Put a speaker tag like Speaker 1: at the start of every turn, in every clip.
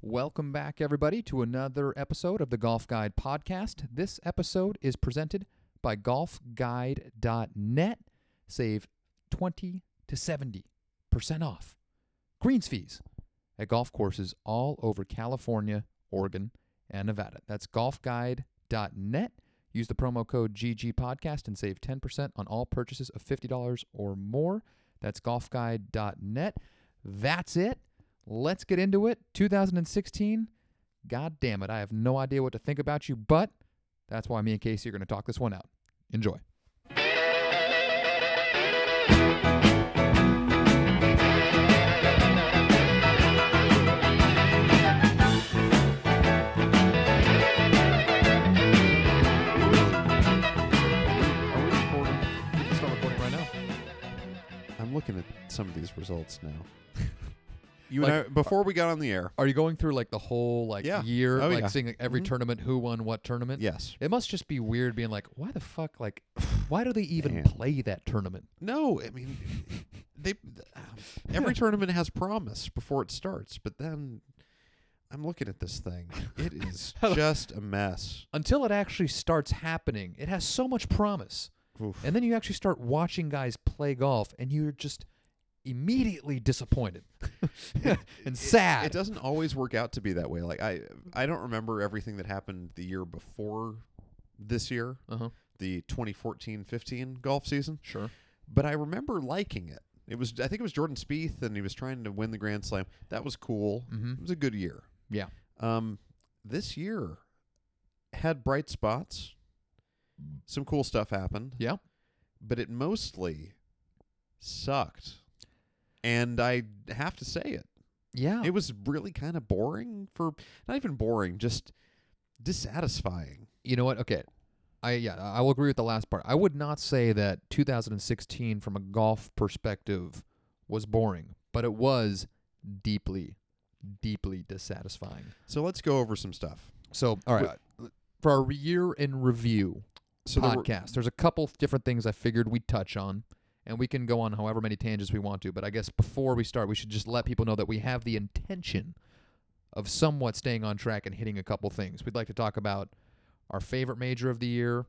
Speaker 1: Welcome back, everybody, to another episode of the Golf Guide Podcast. This episode is presented by golfguide.net. Save 20 to 70% off greens fees at golf courses all over California, Oregon, and Nevada. That's golfguide.net. Use the promo code GG Podcast and save 10% on all purchases of $50 or more. That's golfguide.net. That's it. Let's get into it. 2016. God damn it. I have no idea what to think about you, but that's why me and Casey are going to talk this one out. Enjoy. Are we recording? We can start recording right now.
Speaker 2: I'm looking at some of these results now.
Speaker 1: You
Speaker 2: You and I, before we got on the air.
Speaker 1: Are you going through like the whole like
Speaker 2: Yeah.
Speaker 1: year,
Speaker 2: Oh,
Speaker 1: like
Speaker 2: yeah.
Speaker 1: seeing like, every
Speaker 2: Mhm.
Speaker 1: tournament, who won what tournament?
Speaker 2: Yes.
Speaker 1: It must just be weird being like, why the fuck, like, why do they even
Speaker 2: Man.
Speaker 1: play that tournament?
Speaker 2: No, I mean they um, every tournament has promise before it starts, but then I'm looking at this thing. It is just a mess.
Speaker 1: Until it actually starts happening, it has so much promise.
Speaker 2: Oof.
Speaker 1: And then you actually start watching guys play golf and you're just immediately disappointed and sad.
Speaker 2: It doesn't always work out to be that way. Like I I don't remember everything that happened the year before this year,
Speaker 1: uh-huh.
Speaker 2: the 2014-15 golf season.
Speaker 1: Sure.
Speaker 2: but I remember liking it. It was I think it was Jordan Spieth, and he was trying to win the Grand Slam. That was cool.
Speaker 1: Mhm.
Speaker 2: It was a good year.
Speaker 1: Yeah.
Speaker 2: Um, this year had bright spots. Some cool stuff happened,
Speaker 1: Yeah.
Speaker 2: but it mostly sucked. And I have to say it.
Speaker 1: Yeah.
Speaker 2: It was really kind of boring for not even boring, just dissatisfying.
Speaker 1: you know what? Okay. I yeah, I will agree with the last part. I would not say that 2016 from a golf perspective was boring, but it was deeply deeply dissatisfying.
Speaker 2: So let's go over some stuff.
Speaker 1: So, all right. uh, For our year in review
Speaker 2: So there were-
Speaker 1: podcast, there's a couple different things I figured we'd touch on, and we can go on however many tangents we want to. But I guess before we start, we should just let people know that we have the intention of somewhat staying on track and hitting a couple things. We'd like to talk about our favorite major of the year,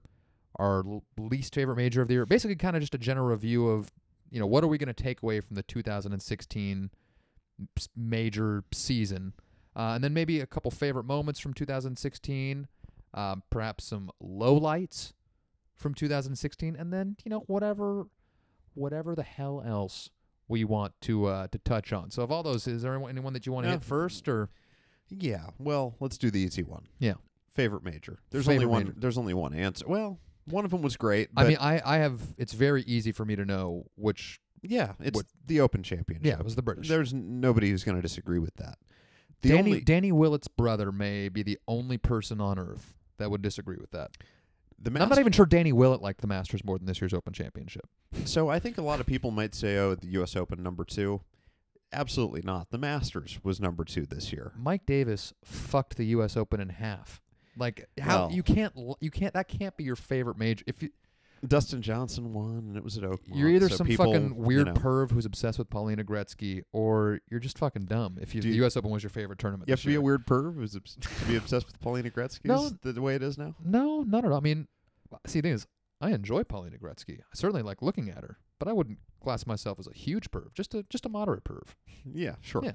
Speaker 1: our l- least favorite major of the year, basically kind of just a general review of, you know, what are we going to take away from the 2016 s- major season, uh, and then maybe a couple favorite moments from 2016, um, perhaps some lowlights from 2016, and then you know whatever, whatever the hell else we want to uh, to touch on. So of all those, is there anyone, anyone that you want to
Speaker 2: Yeah.
Speaker 1: hit first, or
Speaker 2: Yeah. Well, let's do the easy one.
Speaker 1: Yeah.
Speaker 2: Favorite major. There's
Speaker 1: Favorite
Speaker 2: only one.
Speaker 1: major.
Speaker 2: There's only one answer. Well, one of them was great.
Speaker 1: I
Speaker 2: but
Speaker 1: mean, I I have it's very easy for me to know which.
Speaker 2: yeah, it's
Speaker 1: what-
Speaker 2: the Open Championship.
Speaker 1: Yeah, it was the British.
Speaker 2: There's n- nobody who's going to disagree with that. The
Speaker 1: Danny
Speaker 2: only
Speaker 1: Danny Willett's brother may be the only person on earth that would disagree with that.
Speaker 2: the
Speaker 1: And I'm
Speaker 2: Mas-
Speaker 1: not even sure Danny Willett liked the Masters more than this year's Open Championship.
Speaker 2: So I think a lot of people might say, "Oh, the U.S. Open number two. Absolutely not. The Masters was number two this year.
Speaker 1: Mike Davis fucked the U.S. Open in half. Like how
Speaker 2: Well-
Speaker 1: you can't l- you can't that can't be your favorite major. If you,
Speaker 2: Dustin Johnson won, and it was at Oakmont.
Speaker 1: you're either
Speaker 2: Oh, so
Speaker 1: some
Speaker 2: people,
Speaker 1: fucking
Speaker 2: you
Speaker 1: weird
Speaker 2: know,
Speaker 1: perv who's obsessed with Paulina Gretzky, or you're just fucking dumb. If you,
Speaker 2: Do
Speaker 1: the
Speaker 2: you-
Speaker 1: U.S. Open was your favorite tournament,
Speaker 2: you have
Speaker 1: this
Speaker 2: to be
Speaker 1: year.
Speaker 2: a weird perv who's obs- to be obsessed with Paulina Gretzky.
Speaker 1: No.
Speaker 2: Is the, the way it is now.
Speaker 1: No, not at all. I mean, see, the thing is, I enjoy Paulina Gretzky. I certainly like looking at her, but I wouldn't class myself as a huge perv. Just a just a moderate perv.
Speaker 2: Yeah, sure.
Speaker 1: Yeah.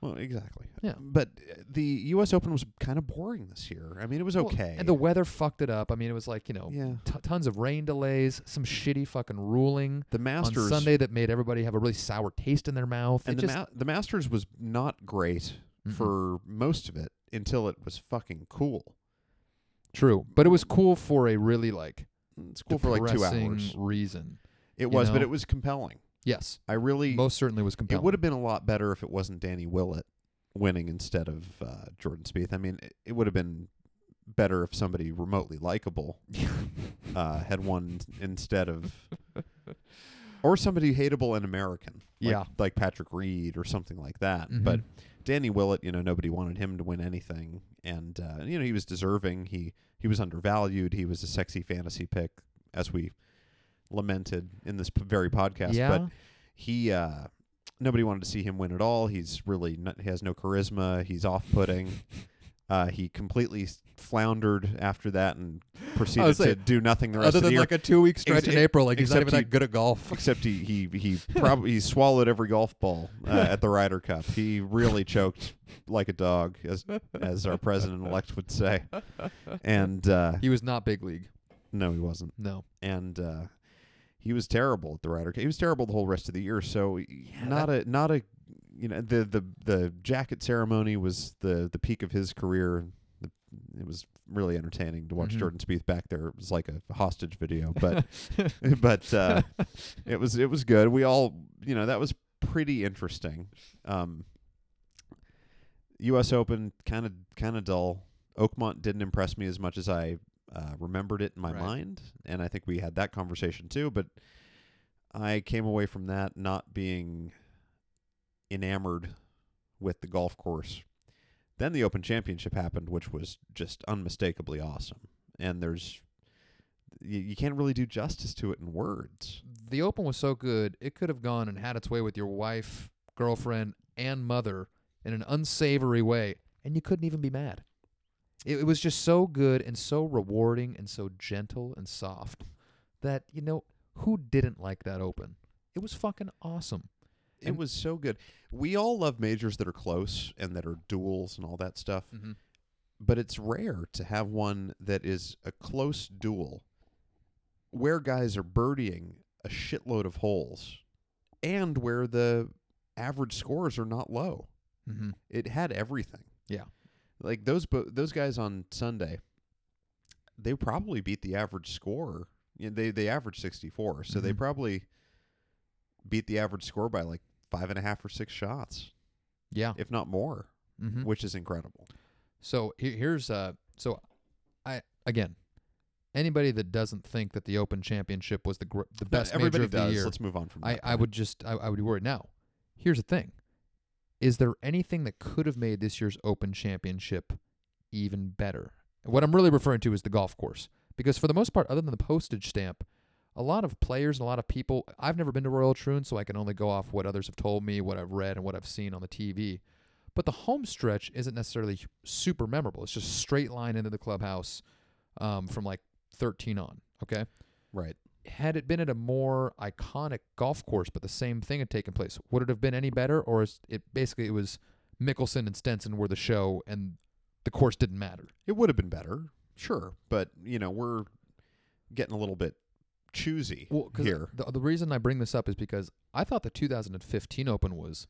Speaker 2: Well, exactly.
Speaker 1: Yeah.
Speaker 2: But uh, the U.S. Open was kind of boring this year. I mean, it was
Speaker 1: Well,
Speaker 2: okay.
Speaker 1: and the weather fucked it up. I mean, it was like you know,
Speaker 2: yeah,
Speaker 1: t- tons of rain delays, some shitty fucking ruling.
Speaker 2: the Masters
Speaker 1: on Sunday that made everybody have a really sour taste in their mouth.
Speaker 2: and
Speaker 1: It
Speaker 2: the,
Speaker 1: just-
Speaker 2: ma- the Masters was not great
Speaker 1: Mm-mm.
Speaker 2: for most of it until it was fucking cool.
Speaker 1: true, but it was cool for a really like
Speaker 2: It's cool for like two
Speaker 1: depressing
Speaker 2: hours.
Speaker 1: reason.
Speaker 2: It was, but
Speaker 1: know?
Speaker 2: it was compelling.
Speaker 1: Yes,
Speaker 2: I really.
Speaker 1: most certainly was compelling.
Speaker 2: It would have been a lot better if it wasn't Danny Willett winning instead of uh, Jordan Spieth. I mean, it, it would have been better if somebody remotely likable uh, had won instead of, or somebody hateable and American, like,
Speaker 1: Yeah.
Speaker 2: like Patrick Reed or something like that.
Speaker 1: Mhm.
Speaker 2: But Danny Willett, you know, nobody wanted him to win anything, and uh, you know he was deserving. He he was undervalued. He was a sexy fantasy pick, as we lamented in this p- very podcast.
Speaker 1: yeah,
Speaker 2: But he uh, nobody wanted to see him win at all. He's really not, he has no charisma. He's off-putting. Uh, he completely s- floundered after that and proceeded
Speaker 1: say,
Speaker 2: to do nothing the rest
Speaker 1: Other
Speaker 2: of the
Speaker 1: than
Speaker 2: year.
Speaker 1: like a two week stretch in
Speaker 2: ex-
Speaker 1: April, like he's not
Speaker 2: except
Speaker 1: even
Speaker 2: he-
Speaker 1: that good at golf.
Speaker 2: Except he he he probably he swallowed every golf ball uh, at the Ryder Cup. He really choked like a dog, as as our president elect would say. And uh,
Speaker 1: He was not big league.
Speaker 2: no, he wasn't.
Speaker 1: No.
Speaker 2: And uh, he was terrible at the Ryder Cup. He was terrible the whole rest of the year. So not a not a you know the the the jacket ceremony was the the peak of his career. The- It was really entertaining to watch
Speaker 1: Mhm.
Speaker 2: Jordan Spieth back there. It was like a hostage video, but but uh, it was it was good. We all you know that was pretty interesting. Um, U.S. Open kind of kind of dull. Oakmont didn't impress me as much as I uh, remembered it in my
Speaker 1: Right.
Speaker 2: mind, and I think we had that conversation too. But I came away from that not being enamored with the golf course. Then the Open Championship happened, which was just unmistakably awesome. And there's you, you can't really do justice to it in words.
Speaker 1: The Open was so good, it could have gone and had its way with your wife, girlfriend, and mother in an unsavory way, and you couldn't even be mad. It, it was just so good and so rewarding and so gentle and soft that, you know, who didn't like that Open? It was fucking awesome.
Speaker 2: It
Speaker 1: And-
Speaker 2: was so good. We all love majors that are close and that are duels and all that stuff,
Speaker 1: Mm-hmm.
Speaker 2: but it's rare to have one that is a close duel where guys are birdieing a shitload of holes and where the average scores are not low.
Speaker 1: Mm-hmm.
Speaker 2: It had everything.
Speaker 1: Yeah.
Speaker 2: Like those bo- those guys on Sunday, they probably beat the average score. You know, they they averaged sixty four, so they
Speaker 1: Mhm.
Speaker 2: probably beat the average score by like five and a half or six shots,
Speaker 1: Yeah.
Speaker 2: if not more,
Speaker 1: Mm-hmm.
Speaker 2: which is incredible.
Speaker 1: So he- here's uh so I again anybody that doesn't think that the Open Championship was the gr- the
Speaker 2: Now,
Speaker 1: best major
Speaker 2: everybody
Speaker 1: of the
Speaker 2: does.
Speaker 1: year,
Speaker 2: Let's move on from
Speaker 1: I
Speaker 2: that.
Speaker 1: I
Speaker 2: point.
Speaker 1: would just I, I would be worried. Now, here's the thing: is there anything that could have made this year's Open Championship even better? What I'm really referring to is the golf course, because for the most part, other than the postage stamp, a lot of players and a lot of people. I've never been to Royal Troon, so I can only go off what others have told me, what I've read, and what I've seen on the TV. But the home stretch isn't necessarily super memorable. It's just straight line into the clubhouse um, from like 13 on. Okay
Speaker 2: right.
Speaker 1: had it been at a more iconic golf course, but the same thing had taken place, would it have been any better? Or is it basically it was Mickelson and Stenson were the show, and the course didn't matter.
Speaker 2: It would have been better, sure, but you know we're getting a little bit choosy
Speaker 1: Well,
Speaker 2: here.
Speaker 1: The, the reason I bring this up is because I thought the 2015 Open was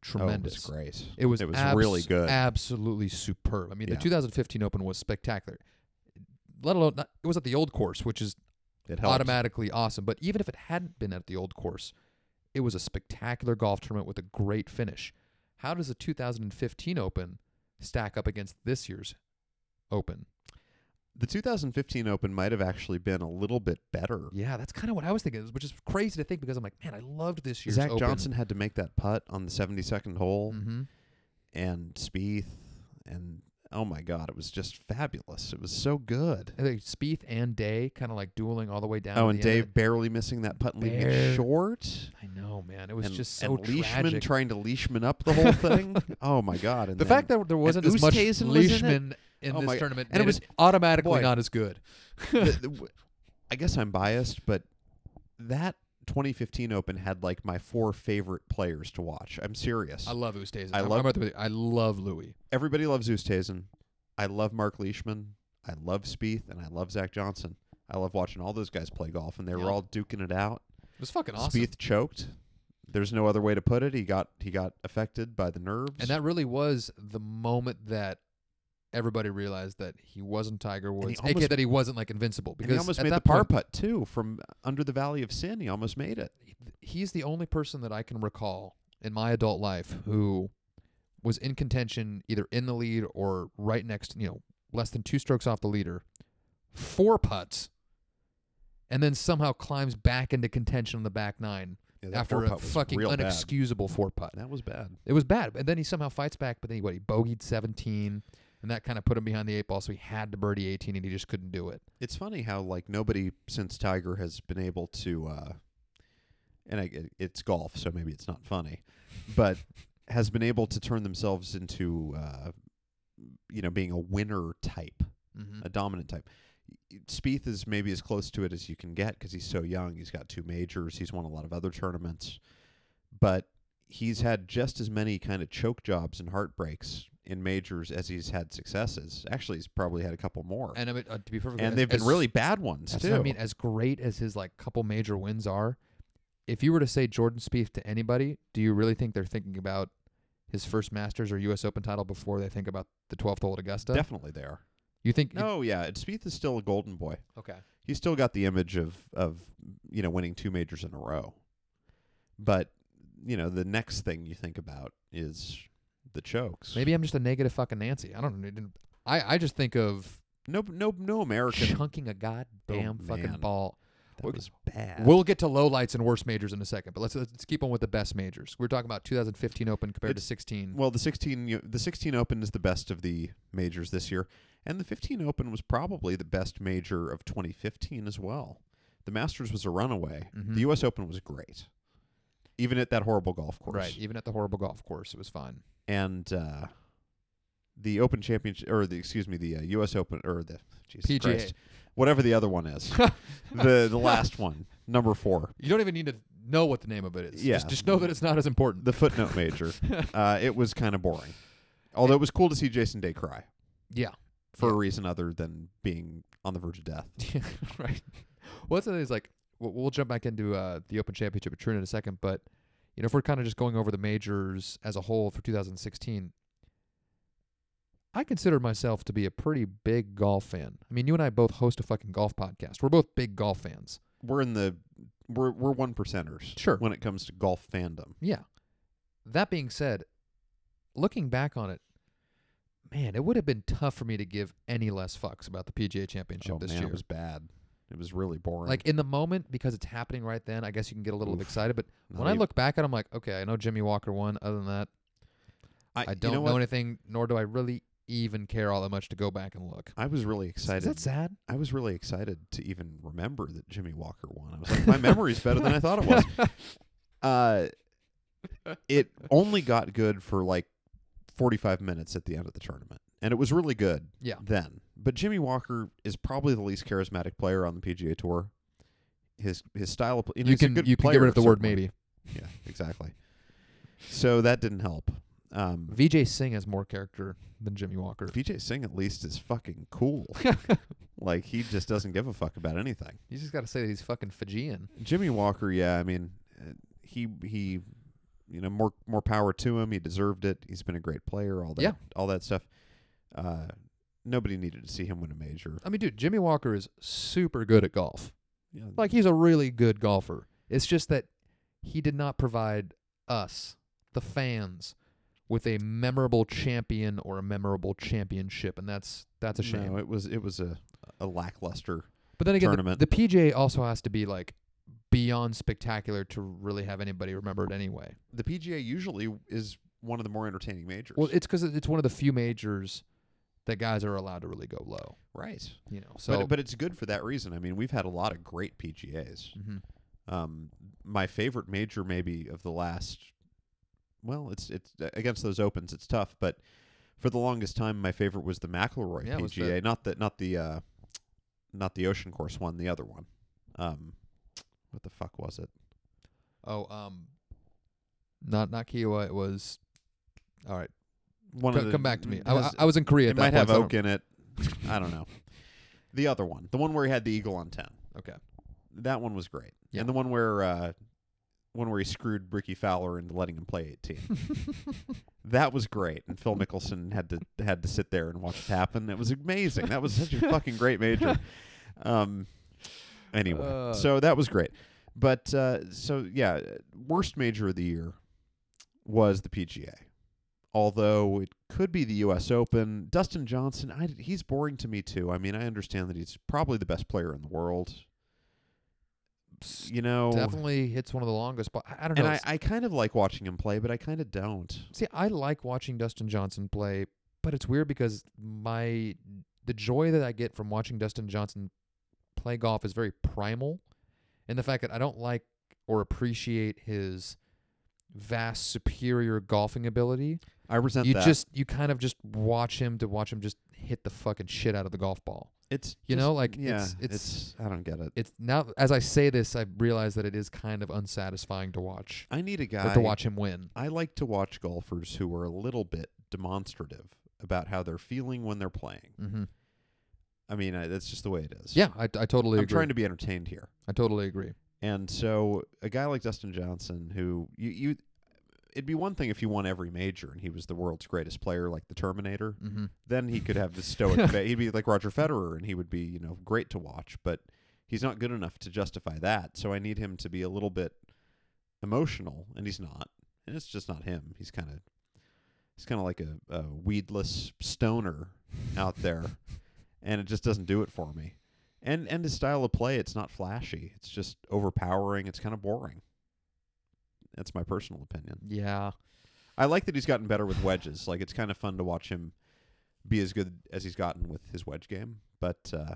Speaker 1: tremendous.
Speaker 2: Oh, it Oh, was great.
Speaker 1: It was,
Speaker 2: It was
Speaker 1: abs-
Speaker 2: really good.
Speaker 1: absolutely superb. I mean,
Speaker 2: Yeah.
Speaker 1: the 2015 Open was spectacular. Let alone not, it was at the old course, which is
Speaker 2: It helped.
Speaker 1: automatically awesome. But even if it hadn't been at the old course, it was a spectacular golf tournament with a great finish. How does the 2015 Open stack up against this year's Open?
Speaker 2: The 2015 Open might have actually been a little bit better.
Speaker 1: Yeah, that's kind of what I was thinking, which is crazy to think because I'm like, man, I loved this year's
Speaker 2: Zach
Speaker 1: Open.
Speaker 2: Johnson had to make that putt on the 72nd hole,
Speaker 1: hmm
Speaker 2: and Spieth, and oh my God, it was just fabulous. It was so good.
Speaker 1: I think Spieth and Day kind of like dueling all the way down.
Speaker 2: Oh,
Speaker 1: to
Speaker 2: and
Speaker 1: the end
Speaker 2: Dave
Speaker 1: of
Speaker 2: barely missing that putt and leaving it
Speaker 1: Bare-
Speaker 2: short.
Speaker 1: it. I know, man. It was
Speaker 2: and,
Speaker 1: just so
Speaker 2: and Leishman
Speaker 1: tragic.
Speaker 2: trying to Leishman up the whole thing. oh my God! And
Speaker 1: the
Speaker 2: then-
Speaker 1: fact that there wasn't as much
Speaker 2: Oosthuizen was in it?
Speaker 1: Leishman in,
Speaker 2: Oh my
Speaker 1: this
Speaker 2: God.
Speaker 1: tournament,
Speaker 2: And
Speaker 1: made
Speaker 2: it
Speaker 1: it
Speaker 2: was-
Speaker 1: was automatically
Speaker 2: boy.
Speaker 1: not as good.
Speaker 2: the- the w- I guess I'm biased, but that 2015 Open had like my four favorite players to watch. I'm serious.
Speaker 1: I love Ustazen.
Speaker 2: I
Speaker 1: I'm-
Speaker 2: love-
Speaker 1: I'm with you. I love Louis.
Speaker 2: everybody loves Ustazen. I love Mark Leishman. I love Spieth, and I love Zach Johnson. I love watching all those guys play golf, and they
Speaker 1: Yeah.
Speaker 2: were all duking it out.
Speaker 1: It was fucking awesome.
Speaker 2: Spieth choked. There's no other way to put it. He got he got affected by the nerves.
Speaker 1: And that really was the moment that everybody realized that he wasn't Tiger
Speaker 2: he
Speaker 1: Woods, aka
Speaker 2: almost-
Speaker 1: that he wasn't like invincible.
Speaker 2: And
Speaker 1: Because
Speaker 2: he almost
Speaker 1: at
Speaker 2: made the
Speaker 1: that
Speaker 2: par
Speaker 1: point,
Speaker 2: putt too from under the Valley of Sin. He almost made it.
Speaker 1: he's the only person that I can recall in my adult life who was in contention, either in the lead or right next, you know, less than two strokes off the leader, four putts, and then somehow climbs back into contention on the back nine
Speaker 2: Yeah, that
Speaker 1: after
Speaker 2: four
Speaker 1: a
Speaker 2: putt was
Speaker 1: fucking
Speaker 2: real bad.
Speaker 1: unexcusable four putt.
Speaker 2: That was bad.
Speaker 1: It was bad. And then he somehow fights back, but then he what he bogeyed seventeen and that kind of put him behind the eight ball, so he had to birdie eighteen and he just couldn't do it.
Speaker 2: It's funny how like nobody since Tiger has been able to uh and I, it- it's golf, so maybe it's not funny, but has been able to turn themselves into, uh, you know, being a winner type,
Speaker 1: Mm-hmm.
Speaker 2: a dominant type. Spieth is maybe as close to it as you can get because he's so young. He's got two majors. He's won a lot of other tournaments, but he's had just as many kind of choke jobs and heartbreaks in majors as he's had successes. Actually, he's probably had a couple more, and,
Speaker 1: And I mean, uh, to be perfect,
Speaker 2: they've been really bad ones
Speaker 1: That's
Speaker 2: too.
Speaker 1: what I mean, as great as his like couple major wins are, if you were to say Jordan Spieth to anybody, do you really think they're thinking about his first Masters or U.S. Open title before they think about the 12th hole at Augusta?
Speaker 2: Definitely they are.
Speaker 1: you think? you-
Speaker 2: No, yeah, and Spieth is still a golden boy.
Speaker 1: okay.
Speaker 2: He's still got the image of of you know winning two majors in a row, but you know the next thing you think about is the chokes.
Speaker 1: Maybe I'm just a negative fucking Nancy. I don't. know. I I just think of
Speaker 2: no, no, no American.
Speaker 1: chunking a goddamn
Speaker 2: Oh,
Speaker 1: fucking
Speaker 2: man.
Speaker 1: ball.
Speaker 2: that was bad.
Speaker 1: We'll get to lowlights and worst majors in a second, but let's let's keep on with the best majors. We're talking about 2015 Open compared to
Speaker 2: It's-
Speaker 1: 16.
Speaker 2: well, the sixteen you- the sixteen Open is the best of the majors this year, and the fifteen Open was probably the best major of 2015 as well. The Masters was a runaway.
Speaker 1: Mhm.
Speaker 2: The U.S. Open was great, even at that horrible golf course.
Speaker 1: right, even at the horrible golf course, it was fine.
Speaker 2: and uh, the Open Championship, or the excuse me, the uh, U.S. Open, or the Jesus
Speaker 1: PGA.
Speaker 2: Christ, whatever the other one is, the the last one, number four,
Speaker 1: You don't even need to know what the name of it is.
Speaker 2: Yeah.
Speaker 1: Just, just know that it's not as important.
Speaker 2: the footnote major. uh, it was kind of boring, although it was cool to see Jason Day cry
Speaker 1: yeah.
Speaker 2: for a reason other than being on the verge of death.
Speaker 1: Yeah, right. Well, that's the thing is like we'll, we'll jump back into uh, the Open Championship at Troon in a second, but you know if we're kind of just going over the majors as a whole for 2016, I consider myself to be a pretty big golf fan. I mean, you and I both host a fucking golf podcast. We're both big golf fans.
Speaker 2: We're in the we're we're one percenters
Speaker 1: Sure.
Speaker 2: when it comes to golf fandom.
Speaker 1: Yeah. That being said, looking back on it, man, it would have been tough for me to give any less fucks about the PGA Championship
Speaker 2: Oh
Speaker 1: this
Speaker 2: man,
Speaker 1: year.
Speaker 2: it was bad. It was really boring.
Speaker 1: like in the moment because it's happening right then i guess you can get a little
Speaker 2: Oof.
Speaker 1: excited but
Speaker 2: Not
Speaker 1: when i
Speaker 2: even-
Speaker 1: look back at it i'm like okay i know jimmy walker won other than that i,
Speaker 2: you
Speaker 1: don't know,
Speaker 2: what?
Speaker 1: anything nor do i really even care all that much to go back and look
Speaker 2: I was really
Speaker 1: Is-
Speaker 2: excited.
Speaker 1: is that sad
Speaker 2: I was really excited to even remember that Jimmy Walker won. I was like, my memory's better than I thought it was. Uh, it only got good for like 45 minutes at the end of the tournament, and it was really good
Speaker 1: yeah
Speaker 2: then. But Jimmy Walker is probably the least charismatic player on the PGA Tour. His his style, of pl- and
Speaker 1: you
Speaker 2: he's a
Speaker 1: can
Speaker 2: good
Speaker 1: you can
Speaker 2: player
Speaker 1: get rid of the word
Speaker 2: certainly.
Speaker 1: maybe
Speaker 2: Yeah, exactly. So that didn't help. Um,
Speaker 1: vj singh has more character than jimmy walker
Speaker 2: VJ Singh at least is fucking cool. like he just doesn't give a fuck about anything.
Speaker 1: you just got to say that he's fucking fijian
Speaker 2: Jimmy Walker, yeah, I mean, uh, he he, you know, more more power to him. He deserved it. He's been a great player. All that,
Speaker 1: Yeah.
Speaker 2: all that stuff. Uh, nobody needed to see him win a major.
Speaker 1: i mean dude jimmy walker is super good at golf
Speaker 2: Yeah,
Speaker 1: like he's a really good golfer it's just that he did not provide us the fans with a memorable champion or a memorable championship and that's that's a shame
Speaker 2: No, it was it was a a lackluster.
Speaker 1: but then again the,
Speaker 2: tournament.
Speaker 1: the pj also has to be like beyond spectacular to really have anybody remember it anyway
Speaker 2: The PGA usually is one of the more entertaining majors.
Speaker 1: well it's because it's one of the few majors that guys are allowed to really go low
Speaker 2: right.
Speaker 1: you know so
Speaker 2: but, but it's good for that reason. I mean, we've had a lot of great PGAs.
Speaker 1: Mhm.
Speaker 2: Um, my favorite major maybe of the last, well, it's it's uh, against those opens. It's tough, but for the longest time, my favorite was the McIlroy
Speaker 1: Yeah, it was
Speaker 2: PGA, not the not the uh, not the Ocean Course one, the other one. Um, what the fuck was it?
Speaker 1: oh um not not kiowa it was all right
Speaker 2: One
Speaker 1: co-
Speaker 2: of the-
Speaker 1: come back to me I,
Speaker 2: has-
Speaker 1: I, I was in korea
Speaker 2: it
Speaker 1: at
Speaker 2: might
Speaker 1: that
Speaker 2: have
Speaker 1: point,
Speaker 2: oak in it. I don't know. The other one, the one where he had the eagle on
Speaker 1: so I
Speaker 2: ten.
Speaker 1: don't- okay
Speaker 2: That one was great.
Speaker 1: Yeah.
Speaker 2: And the one where uh, one where he screwed Ricky Fowler into letting him play 18. that was great. And Phil Mickelson had to had to sit there and watch it happen. It was amazing. That was such a fucking great major. Um anyway,
Speaker 1: Uh.
Speaker 2: so that was great. But uh, so yeah, worst major of the year was the PGA. Although it could be the U.S. Open, Dustin Johnson, I, he's boring to me too. I mean, I understand that he's probably the best player in the world. You know,
Speaker 1: definitely hits one of the longest. But I I don't know.
Speaker 2: and I,
Speaker 1: it's-
Speaker 2: I kind of like watching him play, but I kind of don't.
Speaker 1: see, I like watching Dustin Johnson play, but it's weird because my the joy that I get from watching Dustin Johnson play golf is very primal, and the fact that I don't like or appreciate his vast superior golfing ability.
Speaker 2: I resent
Speaker 1: you
Speaker 2: that.
Speaker 1: just you kind of just watch him to watch him just hit the fucking shit out of the golf ball.
Speaker 2: it's
Speaker 1: you
Speaker 2: just-
Speaker 1: know, like,
Speaker 2: yeah,
Speaker 1: it's- it's-
Speaker 2: I don't get it.
Speaker 1: It's now as I say this, I realize that it is kind of unsatisfying to watch
Speaker 2: I need a
Speaker 1: or
Speaker 2: guy
Speaker 1: to watch him win.
Speaker 2: I like to watch golfers who are a little bit demonstrative about how they're feeling when they're playing.
Speaker 1: hmm
Speaker 2: I mean, I, that's just the way it is.
Speaker 1: Yeah, I, I totally
Speaker 2: I'm
Speaker 1: agree.
Speaker 2: trying to be entertained here.
Speaker 1: I totally agree.
Speaker 2: And so a guy like Dustin Johnson, who you, you it'd be one thing if you won every major and he was the world's greatest player, like the Terminator.
Speaker 1: hmm
Speaker 2: Then he could have the stoic. fa- he'd be like Roger Federer, and he would be you know great to watch. But he's not good enough to justify that. So I need him to be a little bit emotional, and he's not. And it's just not him. He's kind of he's kind of like a, a weedless stoner out there, and it just doesn't do it for me. And and his style of play, it's not flashy. It's just overpowering. It's kind of boring. That's my personal opinion.
Speaker 1: Yeah.
Speaker 2: I like that he's gotten better with wedges. Like it's kind of fun to watch him be as good as he's gotten with his wedge game, but uh,